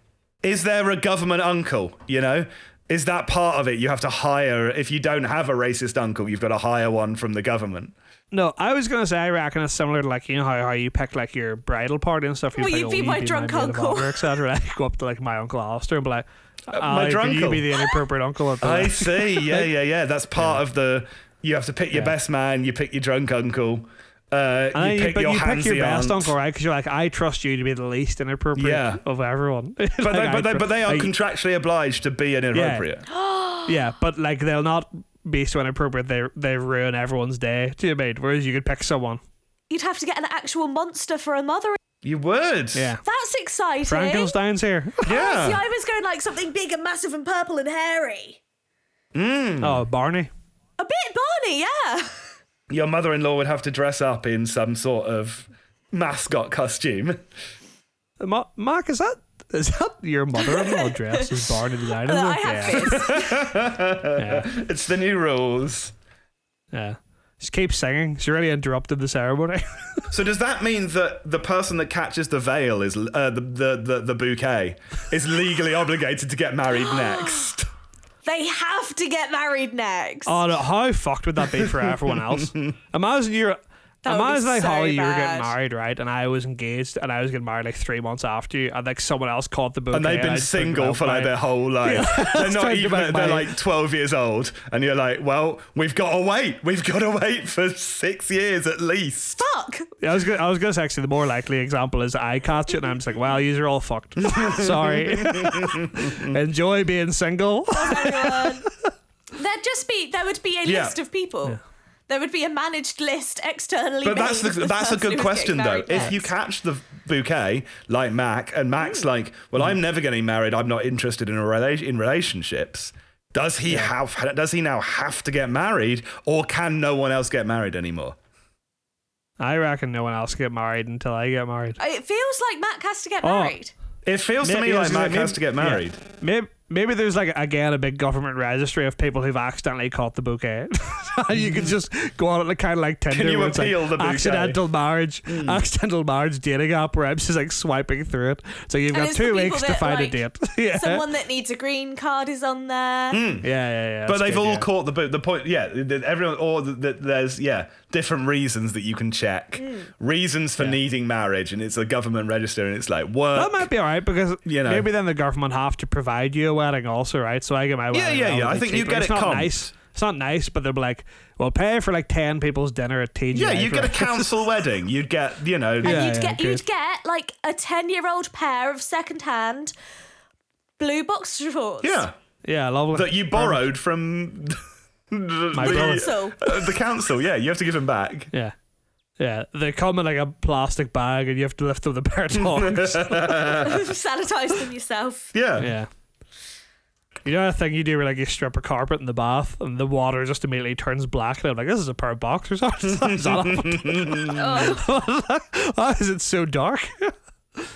is there a government uncle? You know, is that part of it? You have to hire, if you don't have a racist uncle, you've got to hire one from the government. No, I was gonna say I reckon it's similar to like you know how, how you pick like your bridal party and stuff. You Will pick, you oh, be my drunk maid of uncle? Uh, honor, etc. I go up to like my uncle Alistair and be like, my "Aye, drunk Will you uncle." be the inappropriate uncle at the I see. Yeah, yeah, yeah. That's part of the. You have to pick your Yeah. best man, you pick your drunk uncle, uh, And then you pick but your you handsy pick your best aunt. uncle, right? Because you're like, I trust you to be the least inappropriate Yeah. of everyone. Like, But, they, I but, they, tru- but they are like, contractually obliged to be inappropriate. Yeah, but like they'll not be so inappropriate they they ruin everyone's day. Do you mean? Whereas you could pick someone. You'd have to get an actual monster for a mother. You would. That's exciting. Frankenstein's here. Yeah. See, I was going like something big and massive and purple and hairy. Oh, Barney. A bit Barney, yeah. Your mother in law would have to dress up in some sort of mascot costume. Ma- Mark, is that is that your mother-in-law dress as Barney the dinosaur? I have yeah. fizz. yeah, It's the new rules. yeah. Just keep singing. She really interrupted the ceremony. So does that mean that the person that catches the veil is uh, the, the the the bouquet is legally obligated to get married next? They have to get married next. oh no, how fucked would that be for everyone else? Imagine you're. That would be Imagine like so Holly, you were bad. getting married, right? And I was engaged, and I was getting married like three months after you, and like someone else caught the bouquet. And they've I been just put single out for like my- their whole life. They're trying not to even. make They're my- like twelve years old, and you're like, well, we've got to wait. We've got to wait for six years at least. Fuck. I was gonna, I was gonna say actually the more likely example is I catch it and I'm just like, wow, these are all fucked. Sorry. Enjoy being single. everyone. Um, There'd just be there would be a Yeah. list of people. There would be a managed list externally. But that's made the, of the that's a person who good was question getting though. married If you next. catch the bouquet like Mac, and Hmm. Mac's like, well, I'm never getting married. I'm not interested in a rela- in relationships. Does he have? Does he now have to get married, or can no one else get married anymore? I reckon no one else get married until I get married. Uh, It feels like Mac has to get Oh. married. It feels to Maybe- me yeah, I like was gonna Mac say, has to get maybe- yeah. married. Maybe, maybe there's like again a big government registry of people who've accidentally caught the bouquet. you can just go on it like kind of like Tinder. you where it's appeal like the bouquet? Hmm. accidental marriage, accidental marriage dating app where I'm just like swiping through it. So you've And got it's the two people weeks to that, find like, a date. yeah. Someone that needs a green card is on Hmm. there. yeah, yeah, yeah. But that's they've good, all yeah. caught the boot. The point, yeah, that everyone, or th th- there's, yeah, different reasons that you can check. Hmm. Reasons for needing marriage, and it's a government register, and it's like work. That might be all right because You know. maybe then the government have to provide you a wedding also, right? So I get my wedding. yeah, yeah. relatively I think you cheaper. get it's it not comped. nice. It's not nice, but they're like, well, pay for like ten people's dinner at TGI. yeah, you for get a like- council wedding. You'd get, you know, Yeah, you'd yeah, get good. you'd get like a ten year old pair of second hand blue boxer shorts. yeah, Yeah, lovely. that you borrowed from the, My the- brother. Council. uh, the council. Yeah, you have to give them back. Yeah. Yeah, they come in like a plastic bag and you have to lift up the pair of tongs. sanitize them yourself. Yeah, yeah. You know that thing you do where like you strip a carpet in the bath and the water just immediately turns black and I'm like, this is a pair of boxers. How does that- is that- Why is it so dark?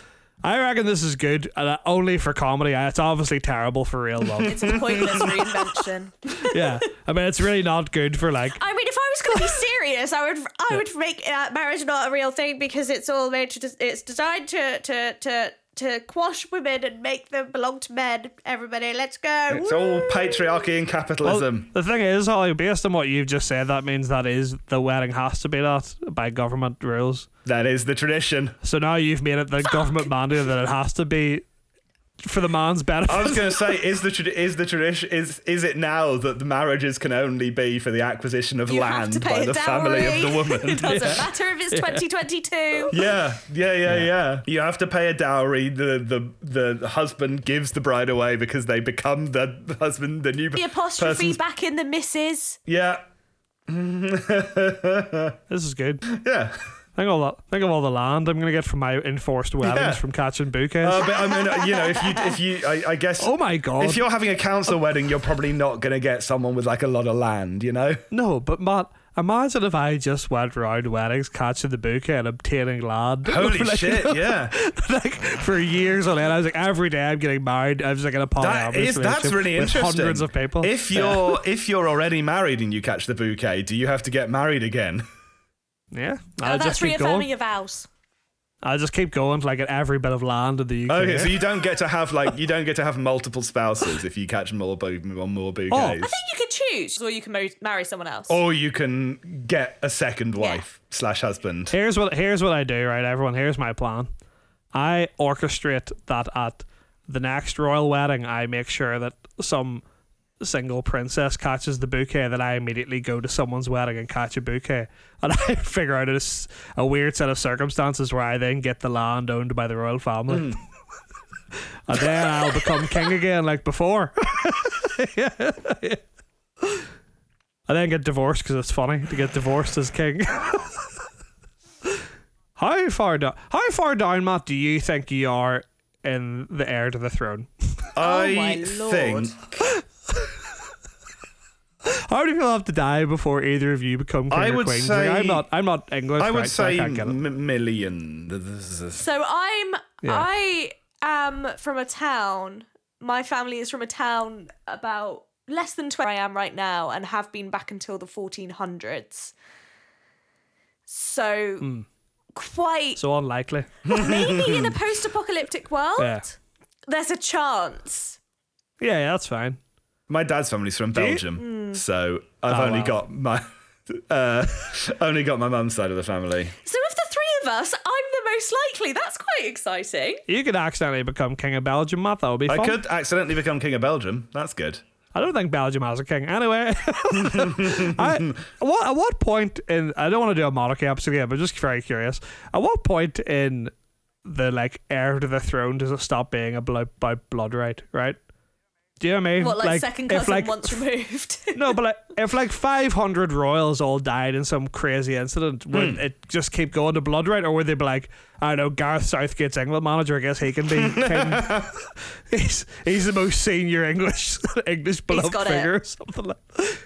I reckon this is good and uh, only for comedy. Uh, It's obviously terrible for real love. It's a pointless reinvention. yeah. I mean, it's really not good for like I mean, if I was going to be serious, I would I would make uh, marriage not a real thing because it's all made to des- it's designed to to to to quash women and make them belong to men. Everybody, let's go. it's Woo. all patriarchy and capitalism. Well, the thing is, Holly, based on what you've just said, that means that is the wedding has to be that by government rules. that is the tradition. So now you've made it the government mandate that it has to be for the man's benefit. I was going to say, is the trad is the tradition is is it now that the marriages can only be for the acquisition of you have to land pay by a the dowry. family of the it woman? doesn't matter if it's 2022. yeah, yeah, yeah, yeah. You have to pay a dowry. The the the husband gives the bride away because they become the husband, the new The apostrophe person's- back in the misses. Yeah, This is good. yeah. Think of all that. Think of all the land I'm going to get from my enforced weddings Yeah. from catching bouquets. Uh, but I mean, you know, if you if you, I, I guess. oh my god! If you're having a council wedding, you're probably not going to get someone with like a lot of land, you know? no, but Matt. Imagine if I just went round weddings catching the bouquet and obtaining land. Holy Like- shit, yeah. like for years on end. I was like, every day I'm getting married. I was like in a polyamorous That is, that's relationship really Oh, with interesting. Hundreds of people. If you're if you're already married and you catch the bouquet, do you have to get married again? yeah, Oh, I'll that's just keep reaffirming going. your vows. I'll just keep going to like at every bit of land in the UK. Okay, so you don't get to have like you don't get to have multiple spouses if you catch more bo- more bouquets, Oh, I think you can choose, or you can marry, marry someone else. or you can get a second wife slash husband. Here's what here's what I do, right, everyone. Here's my plan. I orchestrate that at the next royal wedding, I make sure that some single princess catches the bouquet. Then I immediately go to someone's wedding and catch a bouquet, and I figure out a, s- a weird set of circumstances where I then get the land owned by the royal family. and then I'll become king again, like before. I then get divorced because it's funny to get divorced as king. How far down? How far down, Matt? Do you think you are in the heir to the throne? I Oh my think How many people have to die before either of you become king I or would queen? say- like, I'm not. I'm not English. I would right, so I say can't get it. m- million. This is- So I'm Yeah. I am from a town. My family is from a town about less than where I am right now, and have been back until the 1400s. So quite Hmm. so unlikely. maybe in a post-apocalyptic world, Yeah. there's a chance. Yeah, yeah, that's fine. My dad's family's from Belgium, so I've Hmm. Oh, only wow. got my uh, only got my mum's side of the family. So if the three of us, I'm the most likely. That's quite exciting. You could accidentally become king of Belgium, Matt. That would be fun. I could accidentally become king of Belgium. That's good. I don't think Belgium has a king. Anyway, I, what, at what point in I don't want to do a monarchy episode again, but just very curious. At what point in the like heir to the throne does it stop being a blood by blood right? Right? Do you know what I mean? What like, second if, cousin like, once removed? No, but like, if like five hundred royals all died in some crazy incident, Hmm. would it just keep going to blood right, or would they be like, I don't know, Gareth Southgate's England manager? I guess he can be. king. he's he's the most senior English English beloved got it. figure or something like.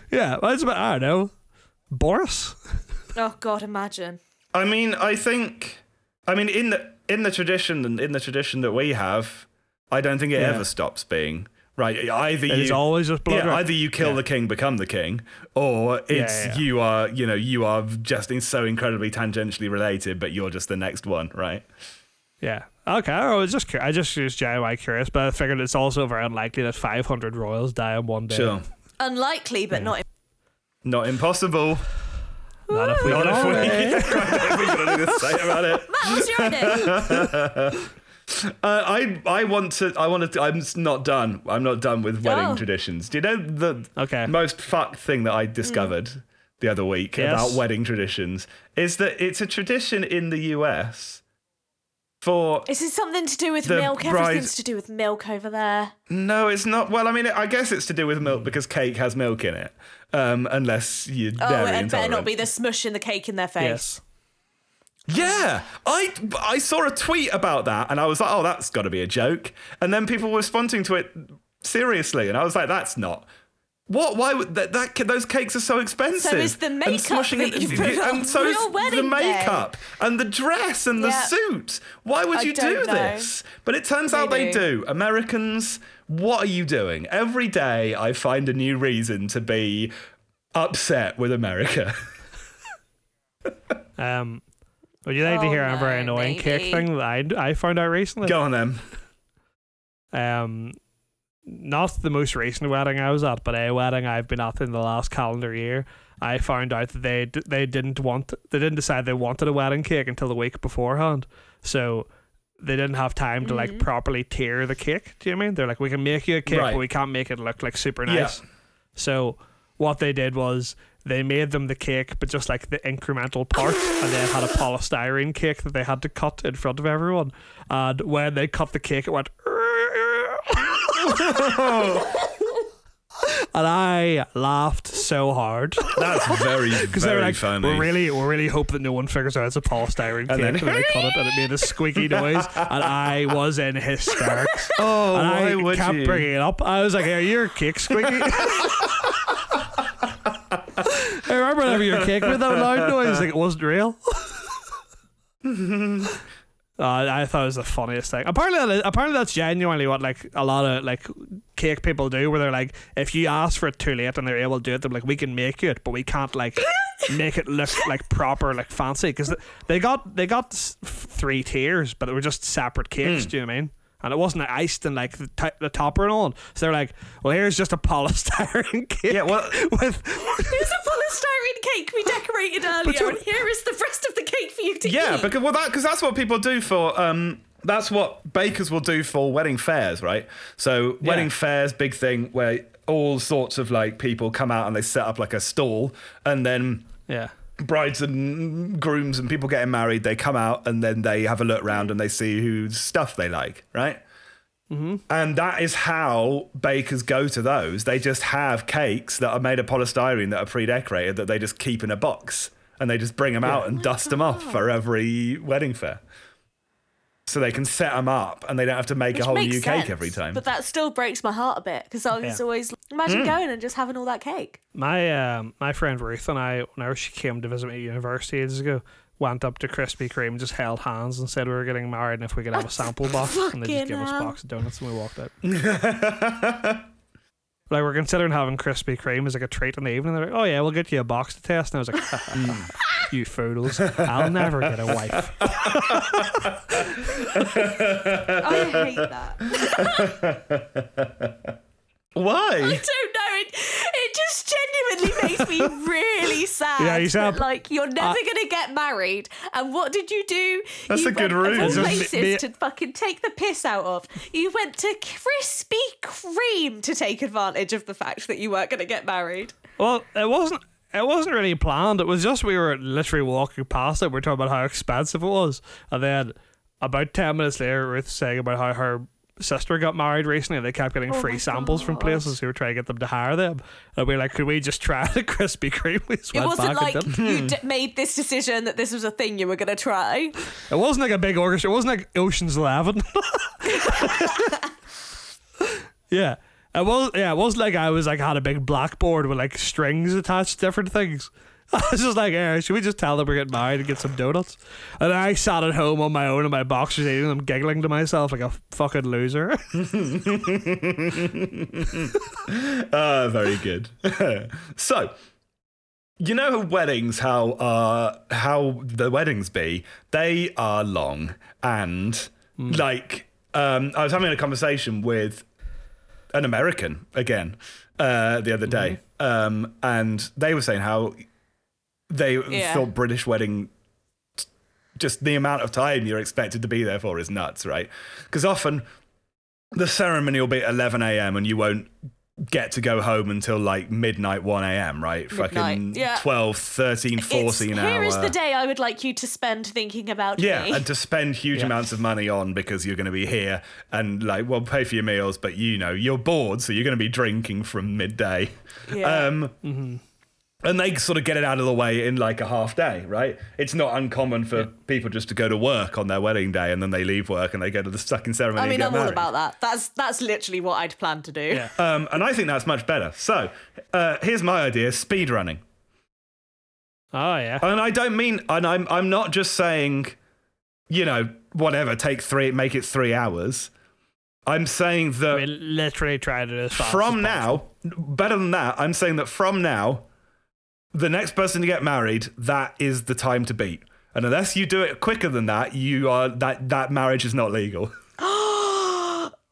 Yeah, well, it's about I don't know, Boris. oh God, imagine. I mean, I think, I mean, in the in the tradition and in the tradition that we have, I don't think it Yeah. ever stops being right. Either It you is always just blood yeah, red. either you kill Yeah. the king, become the king, or it's yeah, yeah. you are you know you are just in so incredibly tangentially related, but you're just the next one, right? Yeah. Okay. I was just cur- I just was DIY curious, but I figured it's also very unlikely that 500 royals die in one day. Sure, Unlikely, but not. not impossible. Not if we Not can if all we, die. Right, we've got anything to say about it. Matt, what's your idea? Uh, I I want to I want to I'm s- not done. I'm not done with wedding Oh. traditions. Do you know the Okay. most fucked thing that I discovered Mm. the other week Yes. about wedding traditions is that it's a tradition in the US for Is this something to do with The milk? bride- Everything's to do with milk over there. no, it's not. Well, I mean, I guess it's to do with milk because cake has milk in it. Um, unless you're Oh, dairy it better not intolerant. be the smush in the cake in their face. Yes. Yeah, I I saw a tweet about that, and I was like, "Oh, that's got to be a joke." And then people were responding to it seriously, and I was like, "That's not." What? Why would that? that those cakes are so expensive. is the makeup and smushing that it- you put on and so is real the wedding day. makeup and the dress and the Yeah. suit. Why would I you do don't know. this? But it turns out They they do. Americans, what are you doing? Every day, I find a new reason to be upset with America. Um. Would you like to Oh, hear a very no, annoying maybe. cake thing that I, I found out recently? Go on then. Um, not the most recent wedding I was at, but a wedding I've been at in the last calendar year. I found out that they d- they didn't want they didn't decide they wanted a wedding cake until the week beforehand, so they didn't have time to Mm-hmm. like properly tier the cake. Do you know what I mean? They're like, we can make you a cake, Right. but we can't make it look like super Yeah. nice. So what they did was they made them the cake, but just like the incremental part, and then had a polystyrene cake that they had to cut in front of everyone. And when they cut the cake, it went. and I laughed so hard That's very, because they very were like, funny. "We really, we really hope that no one figures out it's a polystyrene cake." then- and they cut it, and it made a squeaky noise, and I was in hysterics. Oh, and why I would kept you? bringing it up. I was like, "Are your cake squeaky?" I remember whenever your cake made that loud noise, like it wasn't real. Uh, I thought it was the funniest thing. Apparently, that is- apparently that's genuinely what like a lot of like cake people do, where they're like, if you ask for it too late and they're able to do it, they're like, we can make you it, but we can't like make it look like proper, like fancy, because they got they got s- f- three tiers, but they were just separate Hmm. cakes. Do you know what I mean? And it wasn't iced and like the, t- the topper and all. So they're like, well, here's just a polystyrene cake. Yeah, well- with Here's a polystyrene cake we decorated earlier, don't- and here is the rest of the cake for you to eat. Yeah, because well, that because that's what people do for um. That's what bakers will do for wedding fairs, right? So wedding fairs, big thing where all sorts of like people come out and they set up like a stall, and then yeah. brides and grooms and people getting married, they come out and then they have a look round and they see whose stuff they like, right? Mm-hmm. And that is how bakers go to those. They just have cakes that are made of polystyrene that are pre-decorated that they just keep in a box and they just bring them out and dust them off for every wedding fair. So they can set them up and they don't have to make Which a whole makes new sense, cake every time. Mm. But that still breaks my heart a bit because I was Yeah. always imagine going and just having all that cake. My um, my friend Ruth and I, whenever she came to visit me at university ages ago, went up to Krispy Kreme, just held hands and said we were getting married and if we could have a sample box, and they fucking just gave us a hell. box of donuts and we walked out. like we're considering having Krispy Kreme as like a treat in the evening. They're like, oh yeah, we'll get you a box to test, and I was like, you fools, I'll never get a wife. I hate that. I Why? don't know. It, it just genuinely makes me really sad. Yeah, you sound- that, like you're never gonna get married. And what did you do? That's you a good went, of all ruse. Just be- places to fucking take the piss out of. You went to Krispy Kreme to take advantage of the fact that you weren't gonna get married. Well, it wasn't. It wasn't really planned. It was just we were literally walking past it. We were talking about how expensive it was, and then about ten minutes later, Ruth was saying about how her sister got married recently, and they kept getting free samples from places who were trying to get them to hire them. And we were like, could we just try the Krispy Kreme? We just It went wasn't back like and did. you d- made this decision that this was a thing you were gonna try. It wasn't like a big orchestra. It wasn't like Ocean's Eleven. yeah, it was. Yeah, it was like I was like had a big blackboard with like strings attached, to different things. I was just like, eh, should we just tell them we're getting married and get some donuts? And I sat at home on my own in my boxers eating them, giggling to myself like a fucking loser. Ah, very good. so, you know weddings how uh how the weddings be? They are long and like um I was having a conversation with an American again uh the other day. Um and they were saying how they Yeah. thought British wedding just the amount of time you're expected to be there for is nuts, right? Because often the ceremony will be at 11 a.m. and you won't get to go home until like midnight, 1 a.m., right? Fucking Midnight, yeah. 12, 13, 14 It's- hour. Here is the day I would like you to spend thinking about yeah, me. and to spend huge Yeah. amounts of money on because you're going to be here and like, well, pay for your meals, but you know, you're bored, so you're going to be drinking from midday. Yeah. Um, And they sort of get it out of the way in like a half day, right? It's not uncommon for people just to go to work on their wedding day and then they leave work and they go to the fucking ceremony. I mean, and get I'm all married. about that. That's that's literally what I'd plan to do. Yeah. Um, and I think that's much better. So uh, here's my idea: speed running. oh, yeah. And I don't mean, and I'm I'm not just saying, you know, whatever. Take three, make it three hours. I'm saying that We literally tried it as fast from as now, better than that, I'm saying that from now, the next person to get married, that is the time to beat. And unless you do it quicker than that, you are that that marriage is not legal.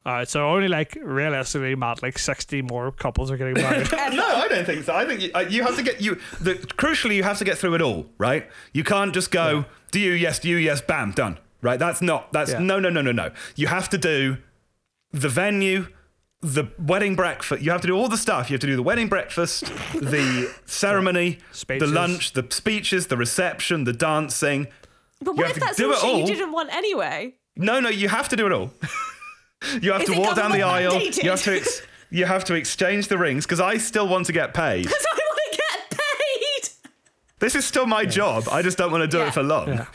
All right, so only like realistically, Matt, like 60 more couples are getting married. no, I don't think so. I think you, uh, you have to get you. The, crucially, you have to get through it all, right? You can't just go do you yes, do you yes, bam, done. Right? That's not. That's Yeah. no, no, no, no, no. You have to do the venue, the wedding breakfast. You have to do all the stuff. You have to do the wedding breakfast, the ceremony, the Speeches. lunch, the speeches, the reception, the dancing. But You what have if to that's do all it shit all. you didn't want anyway? No, no, you have to do it all. you have Is to it walk down the government aisle. mandated? You have to. Ex- you have to exchange the rings because I still want to get paid. Because I want to get paid. This is still my job. I just don't want to do Yeah. it for long.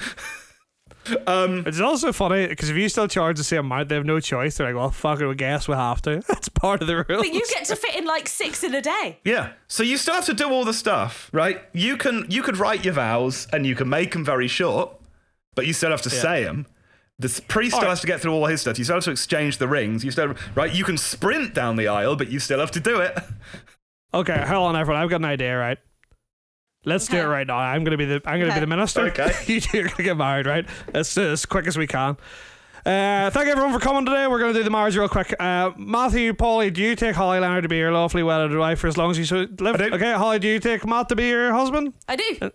It's also funny because if you still charge the same amount, they have no choice. They're like, well, fuck it, we guess we have to. That's part of the rules. But you get to fit in like six in a day. Yeah. So you still have to do all the stuff, right? You can you could write your vows and you can make them very short, but you still have to say 'em. say them. The s- priest still Alright. has to get through all his stuff. You still have to exchange the rings. You still right. You can sprint down the aisle, but you still have to do it. Okay, hold on, everyone. I've got an idea, right? Let's do Okay. it right now. I'm gonna be the I'm gonna Okay. be the minister. Okay. you two are gonna get married, right? Let's do this as quick as we can. Uh, thank everyone for coming today. We're gonna do the marriage real quick. Uh, Matthew, Polly, do you take Holly Leonard to be your lawfully wedded wife for as long as you so live? I do. Okay, Holly, do you take Matt to be your husband? I do.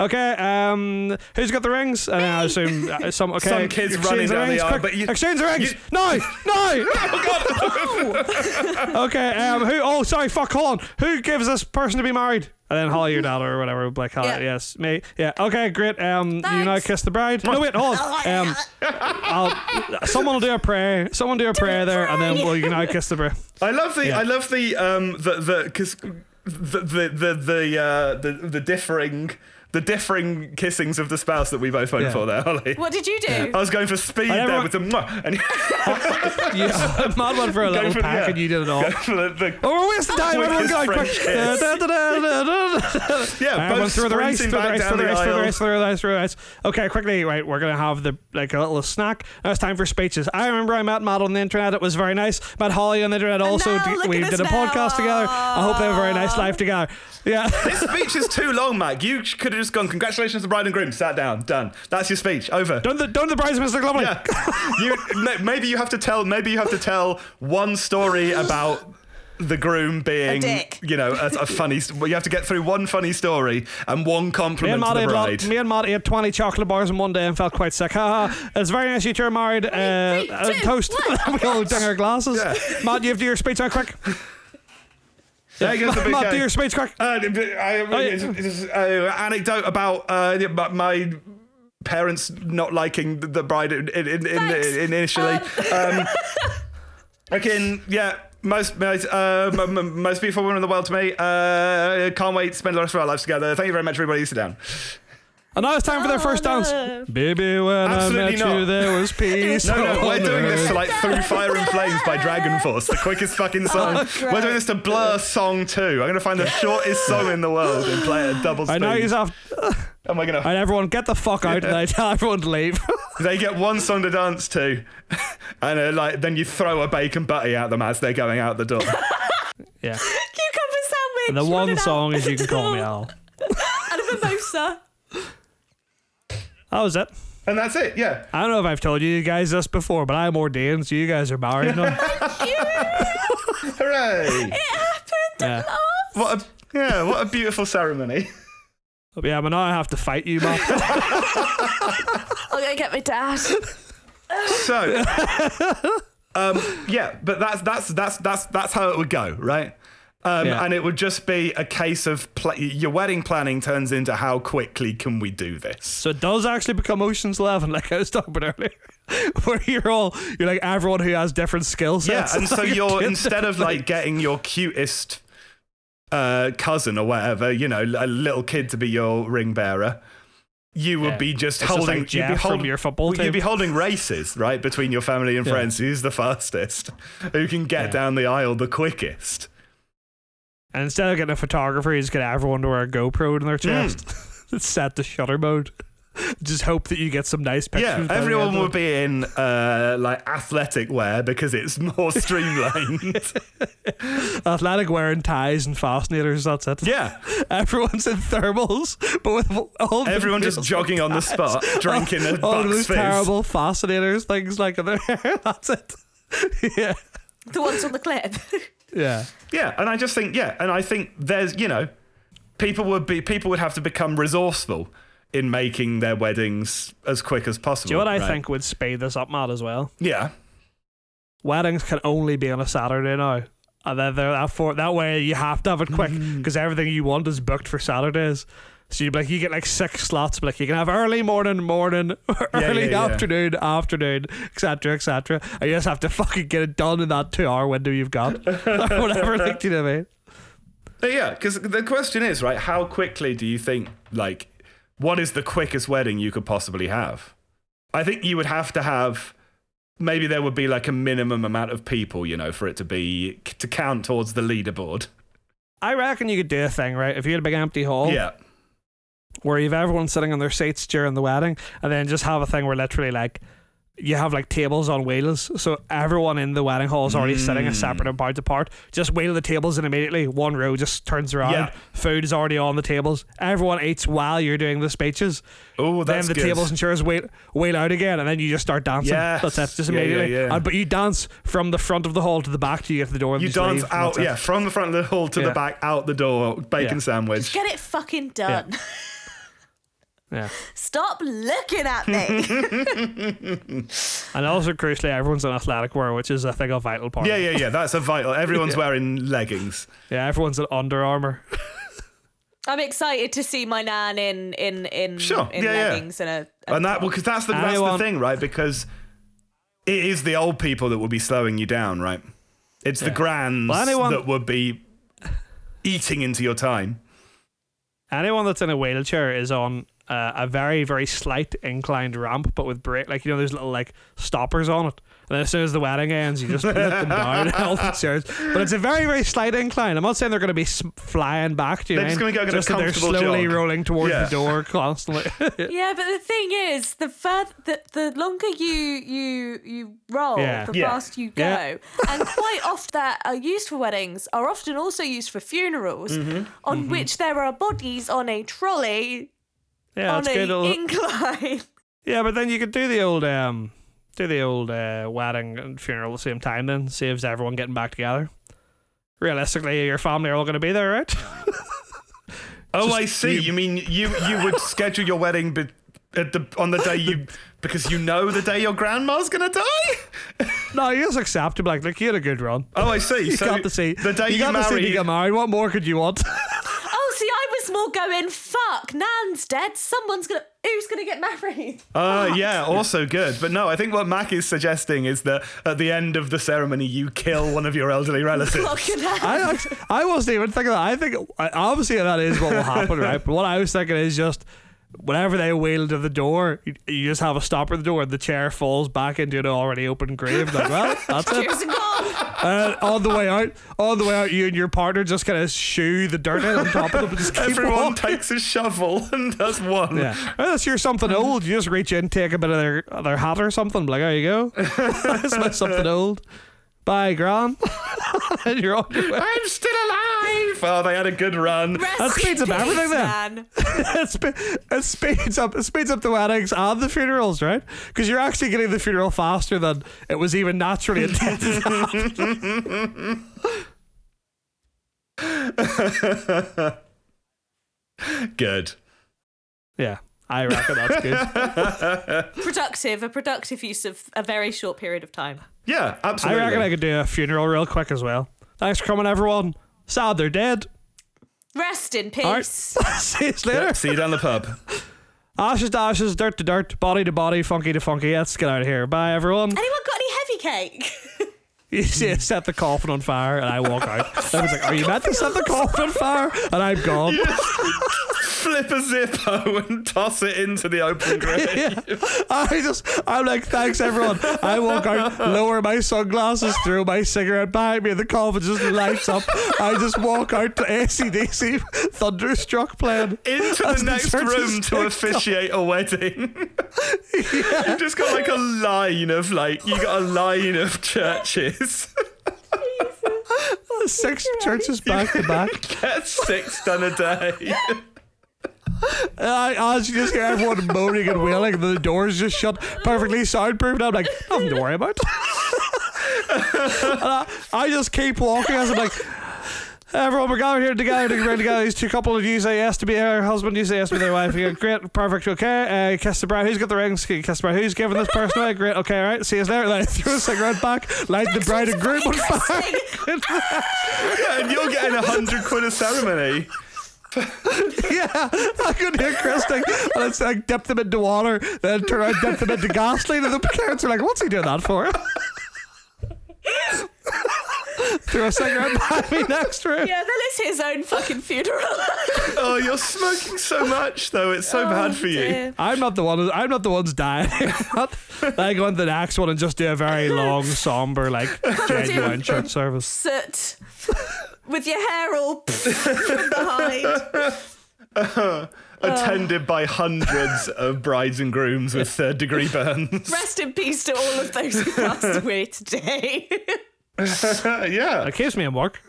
Okay, um, who's got the rings? And I assume uh, some okay. Some kids exchange running the down the rings, aisle, quick. but you- exchange the rings. you- Oh, No, no. okay, um, who? Oh, sorry, fuck. Hold on. Who gives this person to be married? And then Holly, your dad, or whatever. Like, Holly, Yeah. yes, me. Yeah. Okay, great. Um, you now Thanks. kiss the bride. No, wait, hold on. Um, I'll, someone will do a prayer. Someone do a prayer there, and then pray. well, you can now kiss the bride. I love the Yeah. I love the um the the because the the the the, uh, the the differing the differing kissings of the spouse that we both went Yeah. for there, Holly. What did you do? Um, I was going for speed I there never- with the mwah, and Yeah, mad one for a little for the- pack, yeah. and you did it all. for the, the Oh, we're wasting time. With Everyone his go French quick. kiss. Da, da, da, da, da, da. yeah, Everyone both through the rice, through sprinting the back rice, down the through the rice, through the aisle. rice, through the rice, through the rice. Okay, quickly, right, we're gonna have the like a little snack. Now it's time for speeches. I remember I met Matt on the internet. It was very nice. Met Holly on the internet. Also, now d- look we at us did a podcast now. together. I hope they have a very nice life together. Yeah. This speech is too long, Mac. You could have just gone, congratulations to bride and groom, sat down, done. That's your speech, over. Don't the don't the bridesmaids look lovely? Yeah. you, ma- maybe you have to tell, maybe you have to tell one story about the groom being, dick. you know, a, a funny, st- well, you have to get through one funny story and one Me and, compliment to Matt the ate lot- bride. me and Matt ate 20 chocolate bars in one day and felt quite sick. Ha ha. It's very nice you two are married. Uh, Three, uh, two, toast. one. we all ding our glasses. Yeah. Matt, you have to do your speech now, quick. There goes the big Matt, guy. do your speech quick. Uh, I, I, it's, it's, uh, anecdote about uh, my- my parents not liking the- the bride in, in, in, in, Thanks. initially. Um, again, yeah. Most most, uh, m- m- most beautiful woman in the world to me. Uh, can't wait to spend the rest of our lives together. Thank you very much, everybody. Sit down. And now it's time for their first dance. no. Baby, when I Absolutely met not. you, there was peace. No, on no, Oh, we're doing this earth. to like Through Fire and Flames by Dragon Force, the quickest fucking song. we're doing this to Blur Song 2. I'm going to find the shortest song in the world and play it at double speed. I know you have. Am I going to. And everyone, get the fuck out! And I tell everyone to leave. They get one song to dance to, and uh, like then you throw a bacon butty at them as they're going out the door. yeah. Cucumber sandwich. And the run one it out. song is "You Can Call Me Al." And a mimosa. That was it. and that's it, yeah. I don't know if I've told you guys this before, but I'm ordained, so you guys are married now. Hooray! yeah. What a, yeah, what a beautiful ceremony. Yeah, but now I have to fight you, man. I'm gonna get my dad. So, um, yeah, but that's that's that's that's that's how it would go, right? Um, Yeah. And it would just be a case of pl- your wedding planning turns into how quickly can we do this? so it does actually become Ocean's Eleven, like I was talking about earlier, where you're all you're like everyone who has different skill Yeah, sets. and It's so like a you're kid. instead of like getting your cutest uh, cousin or whatever, you know, a little kid to be your ring bearer. You would Yeah. be just It's just like holding. you'd be Jeff from holding your football You'd be team. holding races, right, between your family and Yeah. friends. Who's the fastest? Who can get Yeah. down the aisle the quickest? And instead of getting a photographer, you just get everyone to wear a GoPro in their chest. Hmm. It's set to shutter mode. Just hope that you get some nice pictures. Yeah, by the end everyone of would be in uh, like athletic wear because it's more streamlined. it. athletic wearing ties and fasteners. That's it. yeah, everyone's in thermals, but with all the everyone just real- jogging on the spot, drinking a all bucks those fizz. terrible fascinators things like in their hair. That's it. yeah, The ones on the clip. yeah. Yeah, and I just think yeah, and I think there's you know, people would be people would have to become resourceful in making their weddings as quick as possible. Do you know what I right? think would speed this up, Matt, as well? Yeah, Weddings can only be on a Saturday now. And then they're that, for, that way you have to have it quick Mm. because everything you want is booked for Saturdays. So you like you get like six slots, but like you can have early morning, morning, early yeah, yeah. afternoon, afternoon, etc., etc. And you just have to fucking get it done in that two-hour window you've got, or whatever. Like, do you know what I mean? But yeah, because the question is right, how quickly do you think like what is the quickest wedding you could possibly have? I think you would have to have maybe there would be like a minimum amount of people, you know, for it to be to count towards the leaderboard. I reckon you could do a thing, right? If you had a big empty hall, Yeah. where you've everyone sitting on their seats during the wedding, and then just have a thing where literally like you have like tables on wheels, so everyone in the wedding hall is already sitting a separate amount apart. Just wheel the tables, and immediately one row just turns around. Yeah. Food is already on the tables. Everyone eats while you're doing the speeches. Oh, Then that's the good. tables and chairs wheel wheel out again, and then you just start dancing. Yes. That's it, just Yeah, yeah, immediately. yeah. And- but you dance from the front of the hall to the back till you get to the door. and you just dance leave, and out, that's it. yeah, from the front of the hall to Yeah. the back, out the door, bacon Yeah. sandwich. Get it fucking done. yeah. Stop looking at me. And also, crucially, everyone's in athletic wear, which is I think a vital part. Yeah, yeah, yeah. That's a vital. Everyone's wearing leggings. Yeah, everyone's in Under Armour. I'm excited to see my nan in in in, Sure, in yeah, yeah. leggings and a. And that, well, because that's the, that's the Anyone- thing, right? Because it is the old people that will be slowing you down, right? It's the grands Well, anyone- that would be eating into your time. Anyone that's in a wheelchair is on uh, a very, very slight inclined ramp, but with brake, like you know, there's little like stoppers on it. And then as soon as the wedding ends, you just let them down all the stairs. But it's a very, very slight incline. I'm not saying they're going to be s- flying back to you. They're just going gonna go to get a just that they're comfortable slowly jog. rolling towards Yeah. the door constantly. Yeah, but the thing is, the further the, the longer you you you roll, Yeah. the Yeah. faster you go. Yeah. And quite often that are used for weddings are often also used for funerals, Mm-hmm. on which there are bodies on a trolley yeah, on it's an good. uh, It'll- incline. Yeah, but then you could do the old um do the old uh, wedding and funeral at the same time then, saves everyone getting back together. Realistically, your family are all gonna be there, right? Oh, Just I see. you- You, mean you you would schedule your wedding be- at the, on the day you because you know the day your grandma's gonna die. no, you just accept it like look, you had a good run. Oh, I see. You so got to see the day you, got to see marry. you get married. What more could you want? Oh, see, I was more going, fuck, Nan's dead. Someone's gonna, who's gonna get married? Uh, Fuck. yeah, also good. But no, I think what Mac is suggesting is that at the end of the ceremony, you kill one of your elderly relatives. Fucking I hell. act- I wasn't even thinking that. I think I- obviously that is what will happen, right? But what I was thinking is just whenever they wheel to the door, you, you just have a stop at the door, and the chair falls back into an already open grave. Like, well, that's it. Cheers and gone. And on the way out, on the way out, you and your partner just kind of shoo the dirt in on top of them and just keep Everyone walking. takes a shovel, and that's one. Yeah. Unless you're something old, you just reach in, take a bit of their their hat or something. Be like, there you go. That's not something old. Bye, Gran. and you're on your way. I'm still alive. Oh, they had a good run. Rest speeds in up everything peace, then. man. it, spe- it speeds up it speeds up the weddings and the funerals, right? Because you're actually getting the funeral faster than it was even naturally intended. to happen. Good. yeah. I reckon that's good. Productive, a productive use of a very short period of time. Yeah, I absolutely. reckon I could do a funeral real quick as well. Thanks for coming, everyone. Sad they're dead. Rest in All right. peace. See you later. Yep, see you down the pub. Ashes to ashes, dirt to dirt, body to body, funky to funky. Let's get out of here. Bye, everyone. Anyone got any heavy cake? You see, it set the coffin on fire, and I walk out. Everyone's like, "Are you meant to set the coffin on fire?" And I'm gone. Flip a Zippo and toss it into the open grave. Yeah. I just, I'm like, thanks everyone. I walk out, lower my sunglasses, throw my cigarette behind me, and the coffin just lights up. I just walk out to ACDC, Thunderstruck playing. Into the As the next church is room kicked to officiate a wedding. You've just got like a line of like you got a line of churches. Six churches back to back. Get six done a day. And I honestly just hear everyone moaning and wailing, and the doors just shut, perfectly soundproof. And I'm like, nothing to worry about. And I, I just keep walking as I'm like, everyone, we're gathered here together to bring together these two couple of you say yes to be her husband, you say yes to be their wife. You go, great, perfect, okay. Uh, kiss the bride. Who's got the rings? Kiss the bride. Who's giving this person away? Great, okay, all right. See you there. Like, throw a cigarette back, light the bride and groom on fire. Yeah, and you're getting a hundred quid a ceremony. Yeah, I could hear Christing. And it's like dip them into water, then turn around, dip them into gasoline, and the parents are like, "What's he doing that for?" Threw a cigarette behind me next room. yeah, then it's his own fucking funeral. Oh, you're smoking so much though. It's so bad for you. Oh, dear. I'm not the one. I'm not the one's dying. I go on to the next one and just do a very long, somber, like genuine church service. Soot. With your hair all from behind. Uh. Attended by hundreds of brides and grooms with third degree burns. Rest in peace to all of those who passed away today. Uh, yeah. It keeps me in work.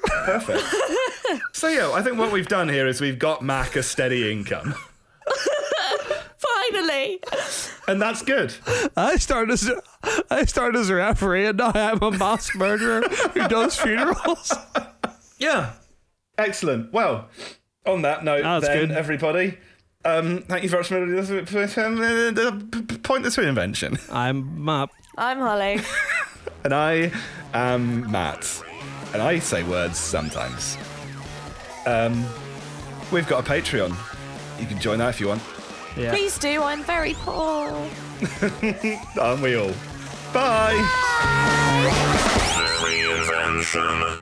So yeah, I think what we've done here is we've got Mac a steady income. Finally. And that's good. I started as I started as a referee, and now I'm a mass murderer who does funerals. Yeah. Excellent. Well, on that note, That's then, good. everybody, um, thank you very much for listening to the point this reinvention. I'm Matt. I'm Holly. And I am Matt. And I say words sometimes. Um, we've got a Patreon. You can join that if you want. Yeah. Please do, I'm very poor. Aren't we all? Bye. reinvention.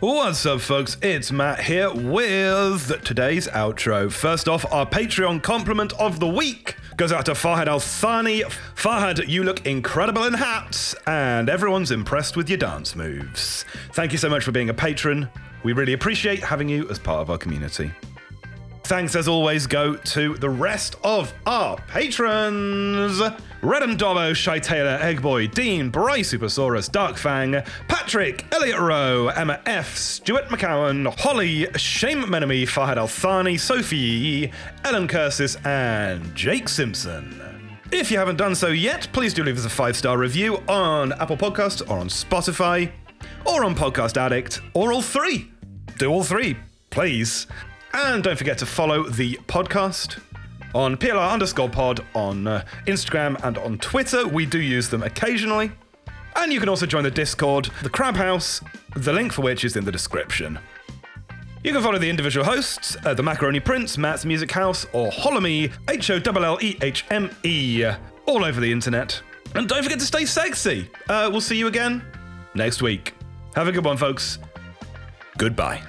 What's up, folks? It's Matt here with today's outro. First off, our Patreon compliment of the week goes out to Farhad Al Thani. Farhad, you look incredible in hats, and everyone's impressed with your dance moves. Thank you so much for being a patron. We really appreciate having you as part of our community. Thanks as always go to the rest of our patrons. Redham Dobbo, Shy Taylor, Eggboy, Dean, Bry Supersaurus, Darkfang, Patrick, Elliot Rowe, Emma F, Stuart McCowan, Holly, Shame Menemy, Farhad Al Thani, Sophie, Ellen Cursis, and Jake Simpson. If you haven't done so yet, please do leave us a five star review on Apple Podcasts or on Spotify or on Podcast Addict or all three. Do all three, please. And don't forget to follow the podcast on PLR underscore pod on uh, Instagram and on Twitter. We do use them occasionally. And you can also join the Discord, the Crab House, the link for which is in the description. You can follow the individual hosts, uh, the Macaroni Prince, Matt's Music House, or Holome, H O L L E H M E, all over the internet. And don't forget to stay sexy. Uh, we'll see you again next week. Have a good one, folks. Goodbye.